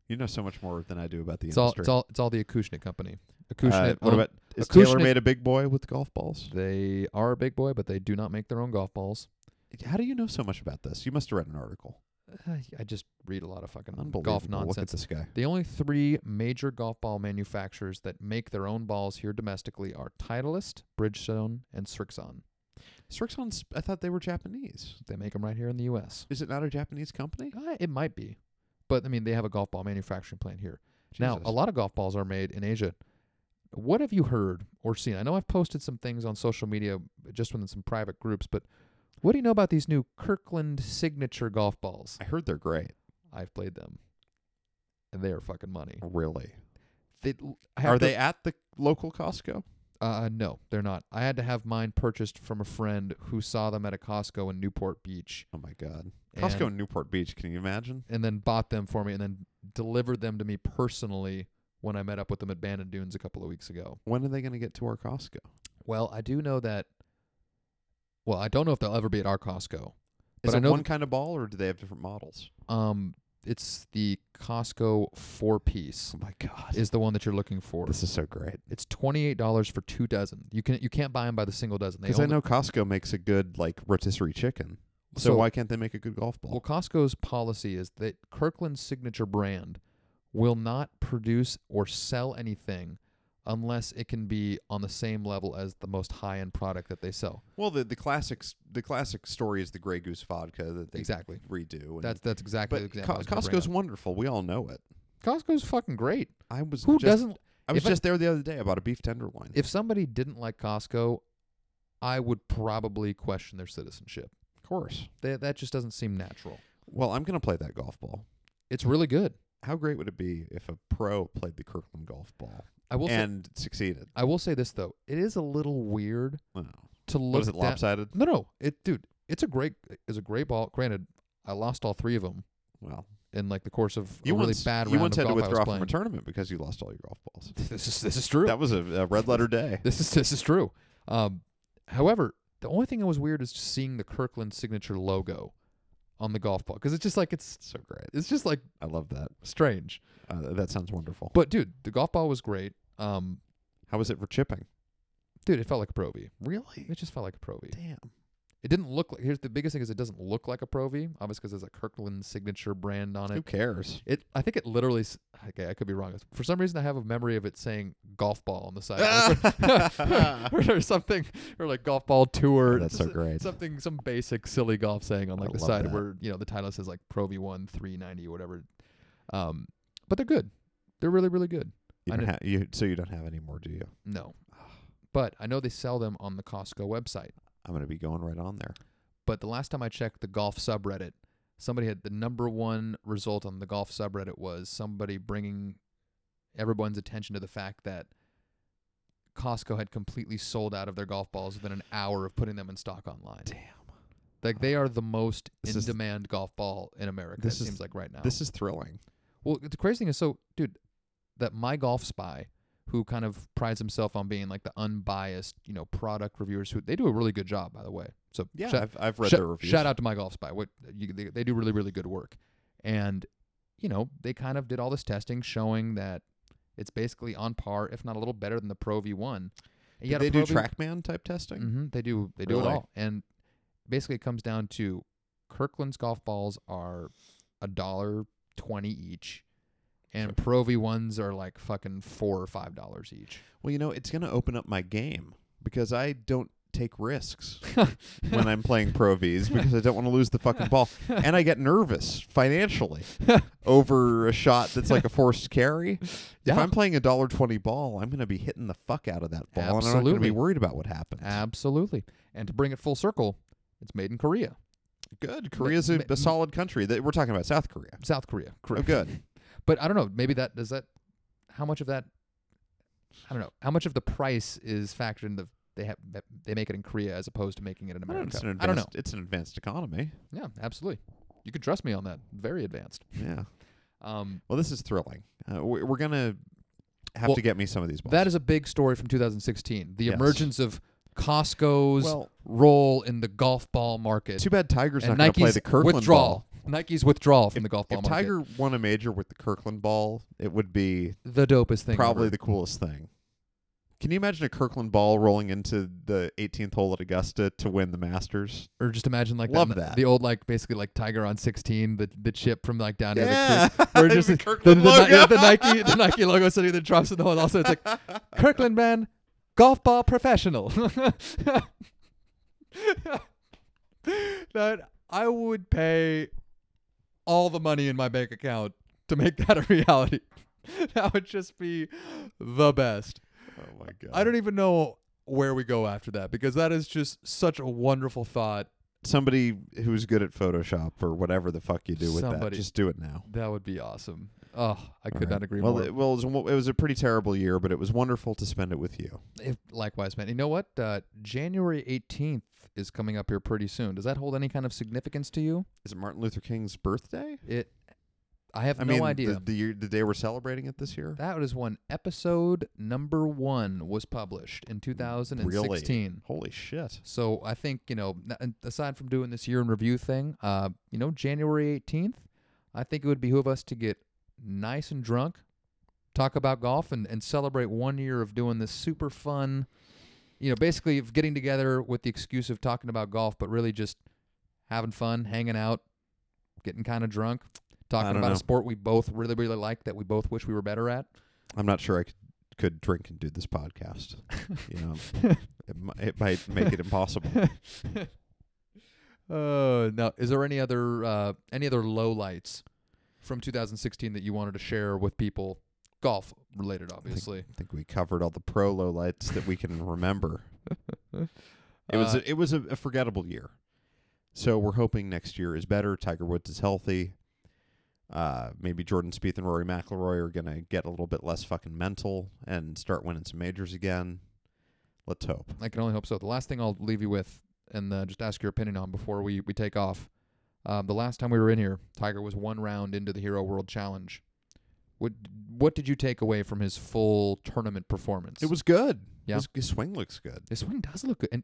Speaker 2: you know so much more than I do about the
Speaker 1: It's all, oh,
Speaker 2: industry.
Speaker 1: it's all, it's all the Acushnet company.
Speaker 2: Uh,
Speaker 1: Acushnet.
Speaker 2: what
Speaker 1: own-
Speaker 2: about is
Speaker 1: Acushnet-
Speaker 2: Taylor made a big boy with golf balls?
Speaker 1: They are a big boy, but they do not make their own golf balls.
Speaker 2: How do you know so much about this? You must have read an article.
Speaker 1: Uh, I just read a lot of fucking
Speaker 2: Unbelievable.
Speaker 1: golf
Speaker 2: Look at
Speaker 1: nonsense.
Speaker 2: this guy.
Speaker 1: The only three major golf ball manufacturers that make their own balls here domestically are Titleist, Bridgestone, and Srixon.
Speaker 2: Strixon's I thought they were Japanese.
Speaker 1: They make them right here in the U.S.
Speaker 2: Is it not a Japanese company?
Speaker 1: Uh, it might be, but I mean they have a golf ball manufacturing plant here. Now,
Speaker 2: Jesus.
Speaker 1: a lot of golf balls are made in Asia. What have you heard or seen? I know I've posted some things on social media just within some private groups, but what do you know about these new Kirkland signature golf balls?
Speaker 2: I heard they're great.
Speaker 1: I've played them. And they are fucking money.
Speaker 2: Really?
Speaker 1: They, I have
Speaker 2: Are
Speaker 1: to-
Speaker 2: they at the local Costco?
Speaker 1: Uh, no, they're not. I had to have mine purchased from a friend who saw them at a Costco in Newport Beach
Speaker 2: Oh my god.
Speaker 1: And-
Speaker 2: Costco in Newport Beach, can you imagine?
Speaker 1: and then bought them for me and then delivered them to me personally when I met up with them at Bandon Dunes a couple of weeks ago.
Speaker 2: When are they going to get to our Costco?
Speaker 1: Well, I do know that. Well, I don't know if they'll ever be at our Costco.
Speaker 2: Is
Speaker 1: But I
Speaker 2: it
Speaker 1: know
Speaker 2: one
Speaker 1: th-
Speaker 2: kind of ball, or do they have different models?
Speaker 1: Um, it's the Costco four piece
Speaker 2: Oh my god,
Speaker 1: is the one that you're looking for.
Speaker 2: this is so great!
Speaker 1: It's twenty eight dollars for two dozen. You can you can't buy them by the single dozen. They
Speaker 2: Because I
Speaker 1: only-
Speaker 2: know Costco makes a good like rotisserie chicken, so,
Speaker 1: So-
Speaker 2: why can't they make a good golf
Speaker 1: Well,
Speaker 2: ball?
Speaker 1: Costco's policy is that Kirkland's signature brand will not produce or sell anything unless it can be on the same level as the most high end product that they sell.
Speaker 2: Well, the the classics the classic story is the Grey Goose vodka that they
Speaker 1: Exactly.
Speaker 2: redo. And,
Speaker 1: That's that's exactly the
Speaker 2: but
Speaker 1: example. I
Speaker 2: Co-
Speaker 1: was gonna bring
Speaker 2: Costco's wonderful. We all know it.
Speaker 1: up. Costco's fucking great.
Speaker 2: I was
Speaker 1: Who
Speaker 2: just,
Speaker 1: doesn't
Speaker 2: I was
Speaker 1: if I-
Speaker 2: just there the other day about a beef tenderloin.
Speaker 1: if somebody didn't like Costco, I would probably question their citizenship.
Speaker 2: of course.
Speaker 1: That that just doesn't seem natural.
Speaker 2: Well, I'm going to play that golf ball.
Speaker 1: It's really good.
Speaker 2: How great would it be if a pro played the Kirkland golf ball
Speaker 1: I will say,
Speaker 2: and succeeded?
Speaker 1: I will say this though. It is a little weird
Speaker 2: Wow.
Speaker 1: to look
Speaker 2: What is it
Speaker 1: down-
Speaker 2: lopsided?
Speaker 1: No, no, it, dude, it's a great, it's a great ball. Granted, I lost all three of them
Speaker 2: Well,
Speaker 1: in like the course of
Speaker 2: you
Speaker 1: a really
Speaker 2: once
Speaker 1: bad
Speaker 2: you
Speaker 1: round of
Speaker 2: once had to
Speaker 1: golf I was
Speaker 2: withdraw from
Speaker 1: playing.
Speaker 2: a tournament because you lost all your golf balls.
Speaker 1: This is this is true.
Speaker 2: That was a, a red letter day.
Speaker 1: This is this is true. Um, However, the only thing that was weird is just seeing the Kirkland signature logo on the golf ball because it's just like it's
Speaker 2: So great.
Speaker 1: it's just like
Speaker 2: I love that.
Speaker 1: strange.
Speaker 2: Uh, that sounds wonderful.
Speaker 1: But dude, the golf ball was great. Um,
Speaker 2: How was it for chipping?
Speaker 1: dude, it felt like a Pro V.
Speaker 2: Really?
Speaker 1: It just felt like a Pro V.
Speaker 2: Damn.
Speaker 1: It didn't look like. Here's the biggest thing: is it doesn't look like a Pro V, obviously, because there's a Kirkland signature brand on
Speaker 2: Who
Speaker 1: it.
Speaker 2: cares?
Speaker 1: It, I think it literally. s- Okay, I could be wrong. For some reason, I have a memory of it saying golf ball on the side or something, or like golf ball tour.
Speaker 2: Oh, that's so
Speaker 1: s-
Speaker 2: great.
Speaker 1: Something, some basic silly golf saying on
Speaker 2: I
Speaker 1: like the
Speaker 2: love
Speaker 1: side
Speaker 2: that.
Speaker 1: where you know the title says like Pro V One 390 or whatever. Um, but they're good. They're really, really good.
Speaker 2: You
Speaker 1: I
Speaker 2: don't
Speaker 1: know-
Speaker 2: ha- you, so you don't have any more, do you?
Speaker 1: No, but I know they sell them on the Costco website.
Speaker 2: I'm gonna be going right on there.
Speaker 1: but the last time I checked the golf subreddit, somebody had the number one result on the golf subreddit was somebody bringing everyone's attention to the fact that Costco had completely sold out of their golf balls within an hour of putting them in stock online.
Speaker 2: Damn.
Speaker 1: Like they are the most
Speaker 2: This
Speaker 1: in
Speaker 2: is-
Speaker 1: demand golf ball in America.
Speaker 2: this
Speaker 1: it
Speaker 2: is-
Speaker 1: seems like right now.
Speaker 2: This is thrilling.
Speaker 1: Well, the crazy thing is, so dude, that my golf spy, who kind of prides himself on being like the unbiased, you know, product reviewers, who they do a really good job, by the way. So shout-
Speaker 2: I've, I've read
Speaker 1: Shou-
Speaker 2: their reviews.
Speaker 1: Shout out to my golf spy. What you, they, they do really really good work, and you know they kind of did all this testing showing that it's basically on par, if not a little better than the Pro V one. And
Speaker 2: Did
Speaker 1: yet a
Speaker 2: they do
Speaker 1: Pro V-
Speaker 2: TrackMan type testing?
Speaker 1: Mhm, they do. They do
Speaker 2: Really?
Speaker 1: it all, and basically it comes down to Kirkland's golf balls are a dollar twenty each, and Pro V ones are like fucking four or five dollars each.
Speaker 2: Well, you know, it's gonna open up my game because I don't take risks when I'm playing Pro V's because I don't want to lose the fucking ball, and I get nervous financially over a shot that's like a forced carry. If I'm playing a dollar twenty ball, I'm gonna be hitting the fuck out of that ball, and I'm not gonna be
Speaker 1: Absolutely.
Speaker 2: worried about what happens.
Speaker 1: absolutely. And to bring it full circle, it's made in Korea,
Speaker 2: Good. Korea's a,
Speaker 1: ma-
Speaker 2: a solid country. That we're talking about South Korea.
Speaker 1: South Korea. Korea.
Speaker 2: Oh, good.
Speaker 1: But I don't know. Maybe that does that. How much of that? I don't know. How much of the price is factored in the they have that they make it in Korea as opposed to making it in
Speaker 2: I don't, know,
Speaker 1: America?
Speaker 2: it's an
Speaker 1: I don't know.
Speaker 2: advanced- It's an advanced economy.
Speaker 1: Yeah, absolutely. You could trust me on that. Very advanced.
Speaker 2: Yeah.
Speaker 1: Um,
Speaker 2: Well, this is thrilling. Uh, we- we're gonna have
Speaker 1: Well,
Speaker 2: to get me some of these balls.
Speaker 1: that is a big story from 2016. The
Speaker 2: Yes.
Speaker 1: emergence of Costco's
Speaker 2: well.
Speaker 1: role in the golf ball market
Speaker 2: Too bad Tiger's not
Speaker 1: and
Speaker 2: going to play
Speaker 1: Nike's
Speaker 2: the Kirkland
Speaker 1: withdrawal.
Speaker 2: ball.
Speaker 1: Nike's withdrawal from
Speaker 2: If,
Speaker 1: the golf ball
Speaker 2: if
Speaker 1: market.
Speaker 2: Tiger won a major with the Kirkland ball, it would be
Speaker 1: the dopest thing.
Speaker 2: probably
Speaker 1: ever.
Speaker 2: the coolest thing. Can you imagine a Kirkland ball rolling into the 18th hole at Augusta to win the Masters?
Speaker 1: or just imagine like
Speaker 2: Love
Speaker 1: the,
Speaker 2: that.
Speaker 1: the old like basically like Tiger on 16, the the chip from like down near the creek.
Speaker 2: or
Speaker 1: Or just
Speaker 2: the
Speaker 1: the,
Speaker 2: Kirkland
Speaker 1: the- the Ni-
Speaker 2: logo.
Speaker 1: yeah, the Nike the Nike logo sitting that drops in the hole. And also, it's like Kirkland man, golf ball professional. that I would pay all the money in my bank account to make that a reality. that would just be the best.
Speaker 2: oh my god!
Speaker 1: I don't even know where we go after that because that is just such a wonderful thought.
Speaker 2: Somebody who's good at Photoshop or whatever the fuck you do with that,
Speaker 1: Somebody.
Speaker 2: just do it now.
Speaker 1: That would be awesome. Oh, I could
Speaker 2: All right.
Speaker 1: not agree
Speaker 2: well,
Speaker 1: more.
Speaker 2: It, well, it was, it was a pretty terrible year, but it was wonderful to spend it with you.
Speaker 1: If, likewise, man. You know what? Uh, January 18th is coming up here pretty soon. Does that hold any kind of significance to you?
Speaker 2: Is it Martin Luther King's birthday?
Speaker 1: It. I have
Speaker 2: I
Speaker 1: no
Speaker 2: mean,
Speaker 1: idea.
Speaker 2: The, the, year, the day we're celebrating it this year.
Speaker 1: that was when episode number one was published in 2016.
Speaker 2: Holy shit!
Speaker 1: So I think you know, n- and aside from doing this year in review thing, uh, you know, January 18th, I think it would behoove us to get nice and drunk, talk about golf, and and celebrate one year of doing this super fun, you know, basically of getting together with the excuse of talking about golf, but really just having fun, hanging out, getting kind of drunk, talking
Speaker 2: don't
Speaker 1: about
Speaker 2: know.
Speaker 1: a sport we both really really like that we both wish we were better at.
Speaker 2: I'm not sure I could, could drink and do this podcast. You know, it, mi- it might make it impossible.
Speaker 1: Uh, now, is there any other uh, any other lowlights from 2016 that you wanted to share with people? Golf related, obviously.
Speaker 2: I think we covered all the pro lowlights that we can remember. It was
Speaker 1: Uh,
Speaker 2: a, it was a, a forgettable year, so we're hoping next year is better. Tiger Woods is healthy. Uh, maybe Jordan Spieth and Rory McIlroy are gonna get a little bit less fucking mental and start winning some majors again. Let's hope.
Speaker 1: I can only hope so. The last thing I'll leave you with, and uh, just ask your opinion on before we we take off. Um, the last time we were in here, Tiger was one round into the Hero World Challenge. What what did you take away from his full tournament performance?
Speaker 2: It was good.
Speaker 1: Yeah.
Speaker 2: His, his swing looks good.
Speaker 1: This swing does look good, and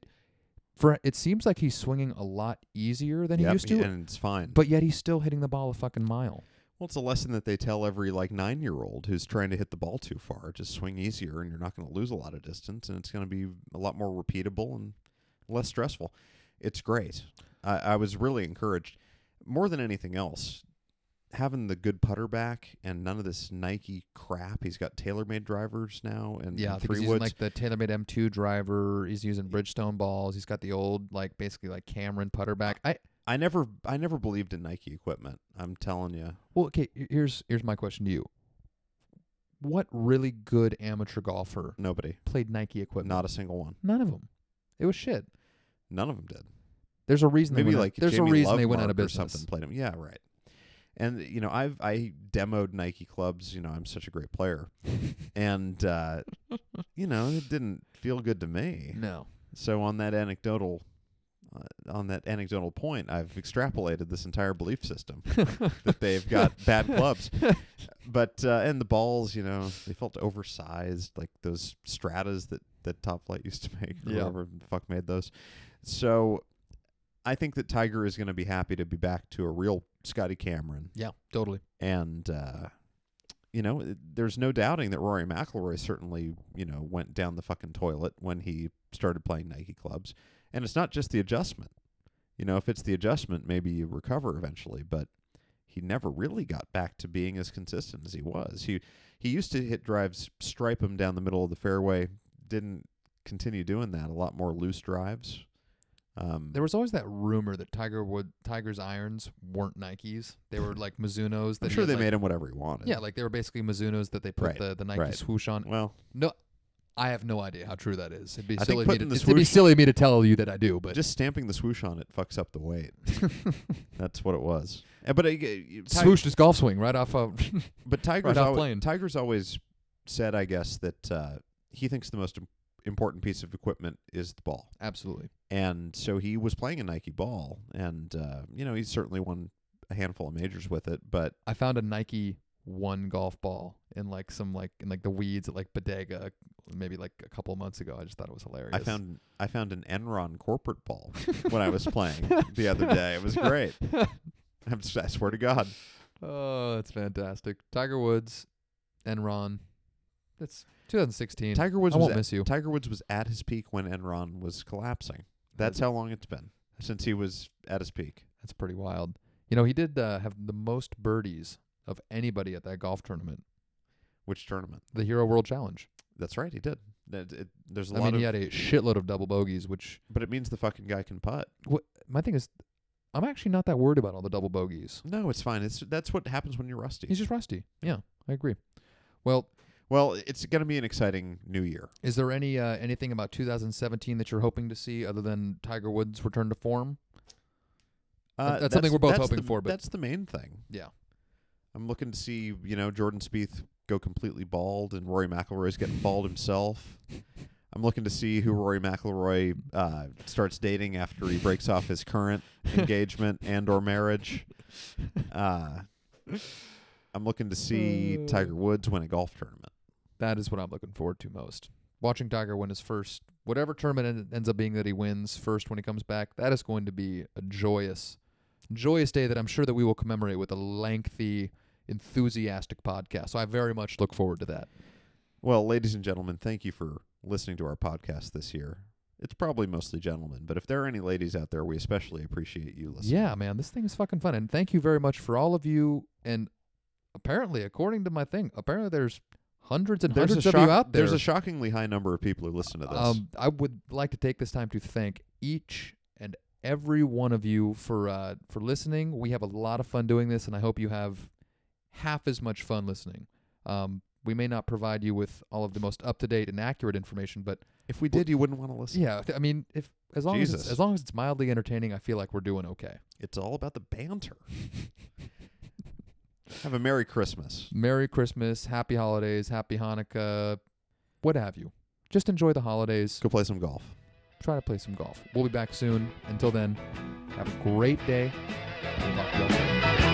Speaker 1: For it seems like he's swinging a lot easier than he
Speaker 2: Yep,
Speaker 1: used to,
Speaker 2: and it's fine.
Speaker 1: but yet he's still hitting the ball a fucking mile.
Speaker 2: well, it's a lesson that they tell every like nine year old who's trying to hit the ball too far. Just swing easier, and you're not going to lose a lot of distance, and it's going to be a lot more repeatable and less stressful. It's great. I, I was really encouraged, more than anything else, having the good putter back and none of this Nike crap. He's got tailor-made drivers now, and
Speaker 1: Yeah, I
Speaker 2: and
Speaker 1: think he's
Speaker 2: three
Speaker 1: using
Speaker 2: woods.
Speaker 1: like the TaylorMade M2 driver. He's using Bridgestone balls. He's got the old like basically like Cameron putter back. I
Speaker 2: I never, I never believed in Nike equipment. I'm telling you.
Speaker 1: well, okay. he- Here's here's my question to you. What really good amateur golfer
Speaker 2: Nobody.
Speaker 1: played Nike equipment?
Speaker 2: Not a single one.
Speaker 1: None of them. It was shit.
Speaker 2: None of them did.
Speaker 1: There's a reason.
Speaker 2: Maybe
Speaker 1: they went
Speaker 2: like
Speaker 1: out, there's
Speaker 2: Jamie
Speaker 1: a reason
Speaker 2: Love
Speaker 1: they went out of
Speaker 2: Mark or
Speaker 1: business.
Speaker 2: Something played him. Yeah, right. And you know, I've I demoed Nike clubs. You know, I'm such a great player, and uh, you know, it didn't feel good to me.
Speaker 1: No.
Speaker 2: So on that anecdotal, uh, on that anecdotal point, I've extrapolated this entire belief system that they've got bad clubs. But uh, and the balls, you know, they felt oversized, like those stratas that that Top Flight used to make, or
Speaker 1: Yeah.
Speaker 2: whoever the fuck made those. So I think that Tiger is going to be happy to be back to a real Scotty Cameron,
Speaker 1: Yeah, totally.
Speaker 2: and uh, you know, it- there's no doubting that Rory McIlroy certainly, you know, went down the fucking toilet when he started playing Nike clubs, and it's not just the adjustment. You know, if it's the adjustment, maybe you recover eventually, but he never really got back to being as consistent as he was. He he used to hit drives, stripe him down the middle of the fairway. Didn't continue doing that. A lot more loose drives. Um,
Speaker 1: There was always that rumor that Tiger would Tiger's irons weren't Nikes. They were like Mizuno's. that
Speaker 2: I'm
Speaker 1: he
Speaker 2: sure
Speaker 1: had,
Speaker 2: they
Speaker 1: like-
Speaker 2: made him whatever he wanted.
Speaker 1: Yeah, like they were basically Mizuno's that they put
Speaker 2: Right,
Speaker 1: the, the Nike
Speaker 2: right.
Speaker 1: swoosh on.
Speaker 2: Well,
Speaker 1: I have no idea how true that is. It'd be
Speaker 2: I think
Speaker 1: silly of me to,
Speaker 2: putting the
Speaker 1: it'd be
Speaker 2: swoosh-
Speaker 1: silly of me to tell you that I do, but
Speaker 2: just stamping the swoosh on it fucks up the weight. That's what it was. Uh, But uh, y- Ti-
Speaker 1: swoosh this golf swing right off of
Speaker 2: But Tiger's
Speaker 1: off
Speaker 2: alwa-
Speaker 1: plane.
Speaker 2: Tiger's always said, I guess, that uh, he thinks the most im- important piece of equipment is the ball,
Speaker 1: absolutely.
Speaker 2: and so he was playing a Nike ball, and uh, you know he certainly won a handful of majors with it. But
Speaker 1: I found a Nike one golf ball in like some like in like the weeds at like Bodega maybe like a couple months ago. I just thought it was hilarious.
Speaker 2: I found I found an Enron corporate ball when I was playing the other day. It was great. I'm s- I swear to God,
Speaker 1: Oh, that's fantastic. Tiger Woods and Ron. That's 2016.
Speaker 2: Tiger Woods
Speaker 1: I
Speaker 2: was
Speaker 1: won't
Speaker 2: at,
Speaker 1: miss you.
Speaker 2: Tiger Woods was at his peak when Enron was collapsing. That's how long it's been since he was at his peak.
Speaker 1: That's pretty wild. You know, he did uh, have the most birdies of anybody at that golf tournament,
Speaker 2: Which tournament?
Speaker 1: the Hero World Challenge.
Speaker 2: That's right, he did. That- it- there's a
Speaker 1: I
Speaker 2: lot
Speaker 1: mean,
Speaker 2: of
Speaker 1: he had a shitload of double bogeys, which
Speaker 2: But it means the fucking guy can putt.
Speaker 1: my thing is, I'm actually not that worried about all the double bogeys.
Speaker 2: No, it's fine. It's that's what happens when you're rusty.
Speaker 1: He's just rusty. Yeah, I agree. Well,
Speaker 2: well, it's going to be an exciting new year.
Speaker 1: is there any uh, anything about 2017 that you're hoping to see other than Tiger Woods' return to form?
Speaker 2: Uh,
Speaker 1: That's something we're both
Speaker 2: that's
Speaker 1: hoping
Speaker 2: the-
Speaker 1: for, but-
Speaker 2: that's the main thing.
Speaker 1: Yeah.
Speaker 2: I'm looking to see you know Jordan Spieth go completely bald and Rory McIlroy's getting bald himself. I'm looking to see who Rory McIlroy uh, starts dating after he breaks off his current engagement and or marriage. Uh, I'm looking to see
Speaker 1: Uh.
Speaker 2: Tiger Woods win a golf tournament.
Speaker 1: That is what I'm looking forward to most. Watching Tiger win his first, whatever tournament en- ends up being that he wins first when he comes back, that is going to be a joyous, joyous day that I'm sure that we will commemorate with a lengthy, enthusiastic podcast. So I very much look forward to that.
Speaker 2: Well, ladies and gentlemen, thank you for listening to our podcast this year. It's probably mostly gentlemen, but if there are any ladies out there, we especially appreciate you listening.
Speaker 1: Yeah, man, this thing is fucking fun. And thank you very much for all of you. And apparently, according to my thing, apparently there's hundreds and
Speaker 2: There's a,
Speaker 1: hundreds of
Speaker 2: shock-
Speaker 1: you out there.
Speaker 2: there's a shockingly high number of people who listen to this.
Speaker 1: Um, I would like to take this time to thank each and every one of you for uh, for listening. We have a lot of fun doing this, and I hope you have half as much fun listening. Um, we may not provide you with all of the most up to date and accurate information, but
Speaker 2: if we did, you wouldn't want to listen.
Speaker 1: yeah, I mean, if as long as
Speaker 2: Jesus.
Speaker 1: it's, as long as it's mildly entertaining, I feel like we're doing okay.
Speaker 2: It's all about the banter. Have a Merry Christmas.
Speaker 1: Merry Christmas, Happy Holidays, Happy Hanukkah, what have you. Just enjoy the holidays.
Speaker 2: Go play some golf.
Speaker 1: Try to play some golf. We'll be back soon. Until then, have a great day. We'll talk to you all soon.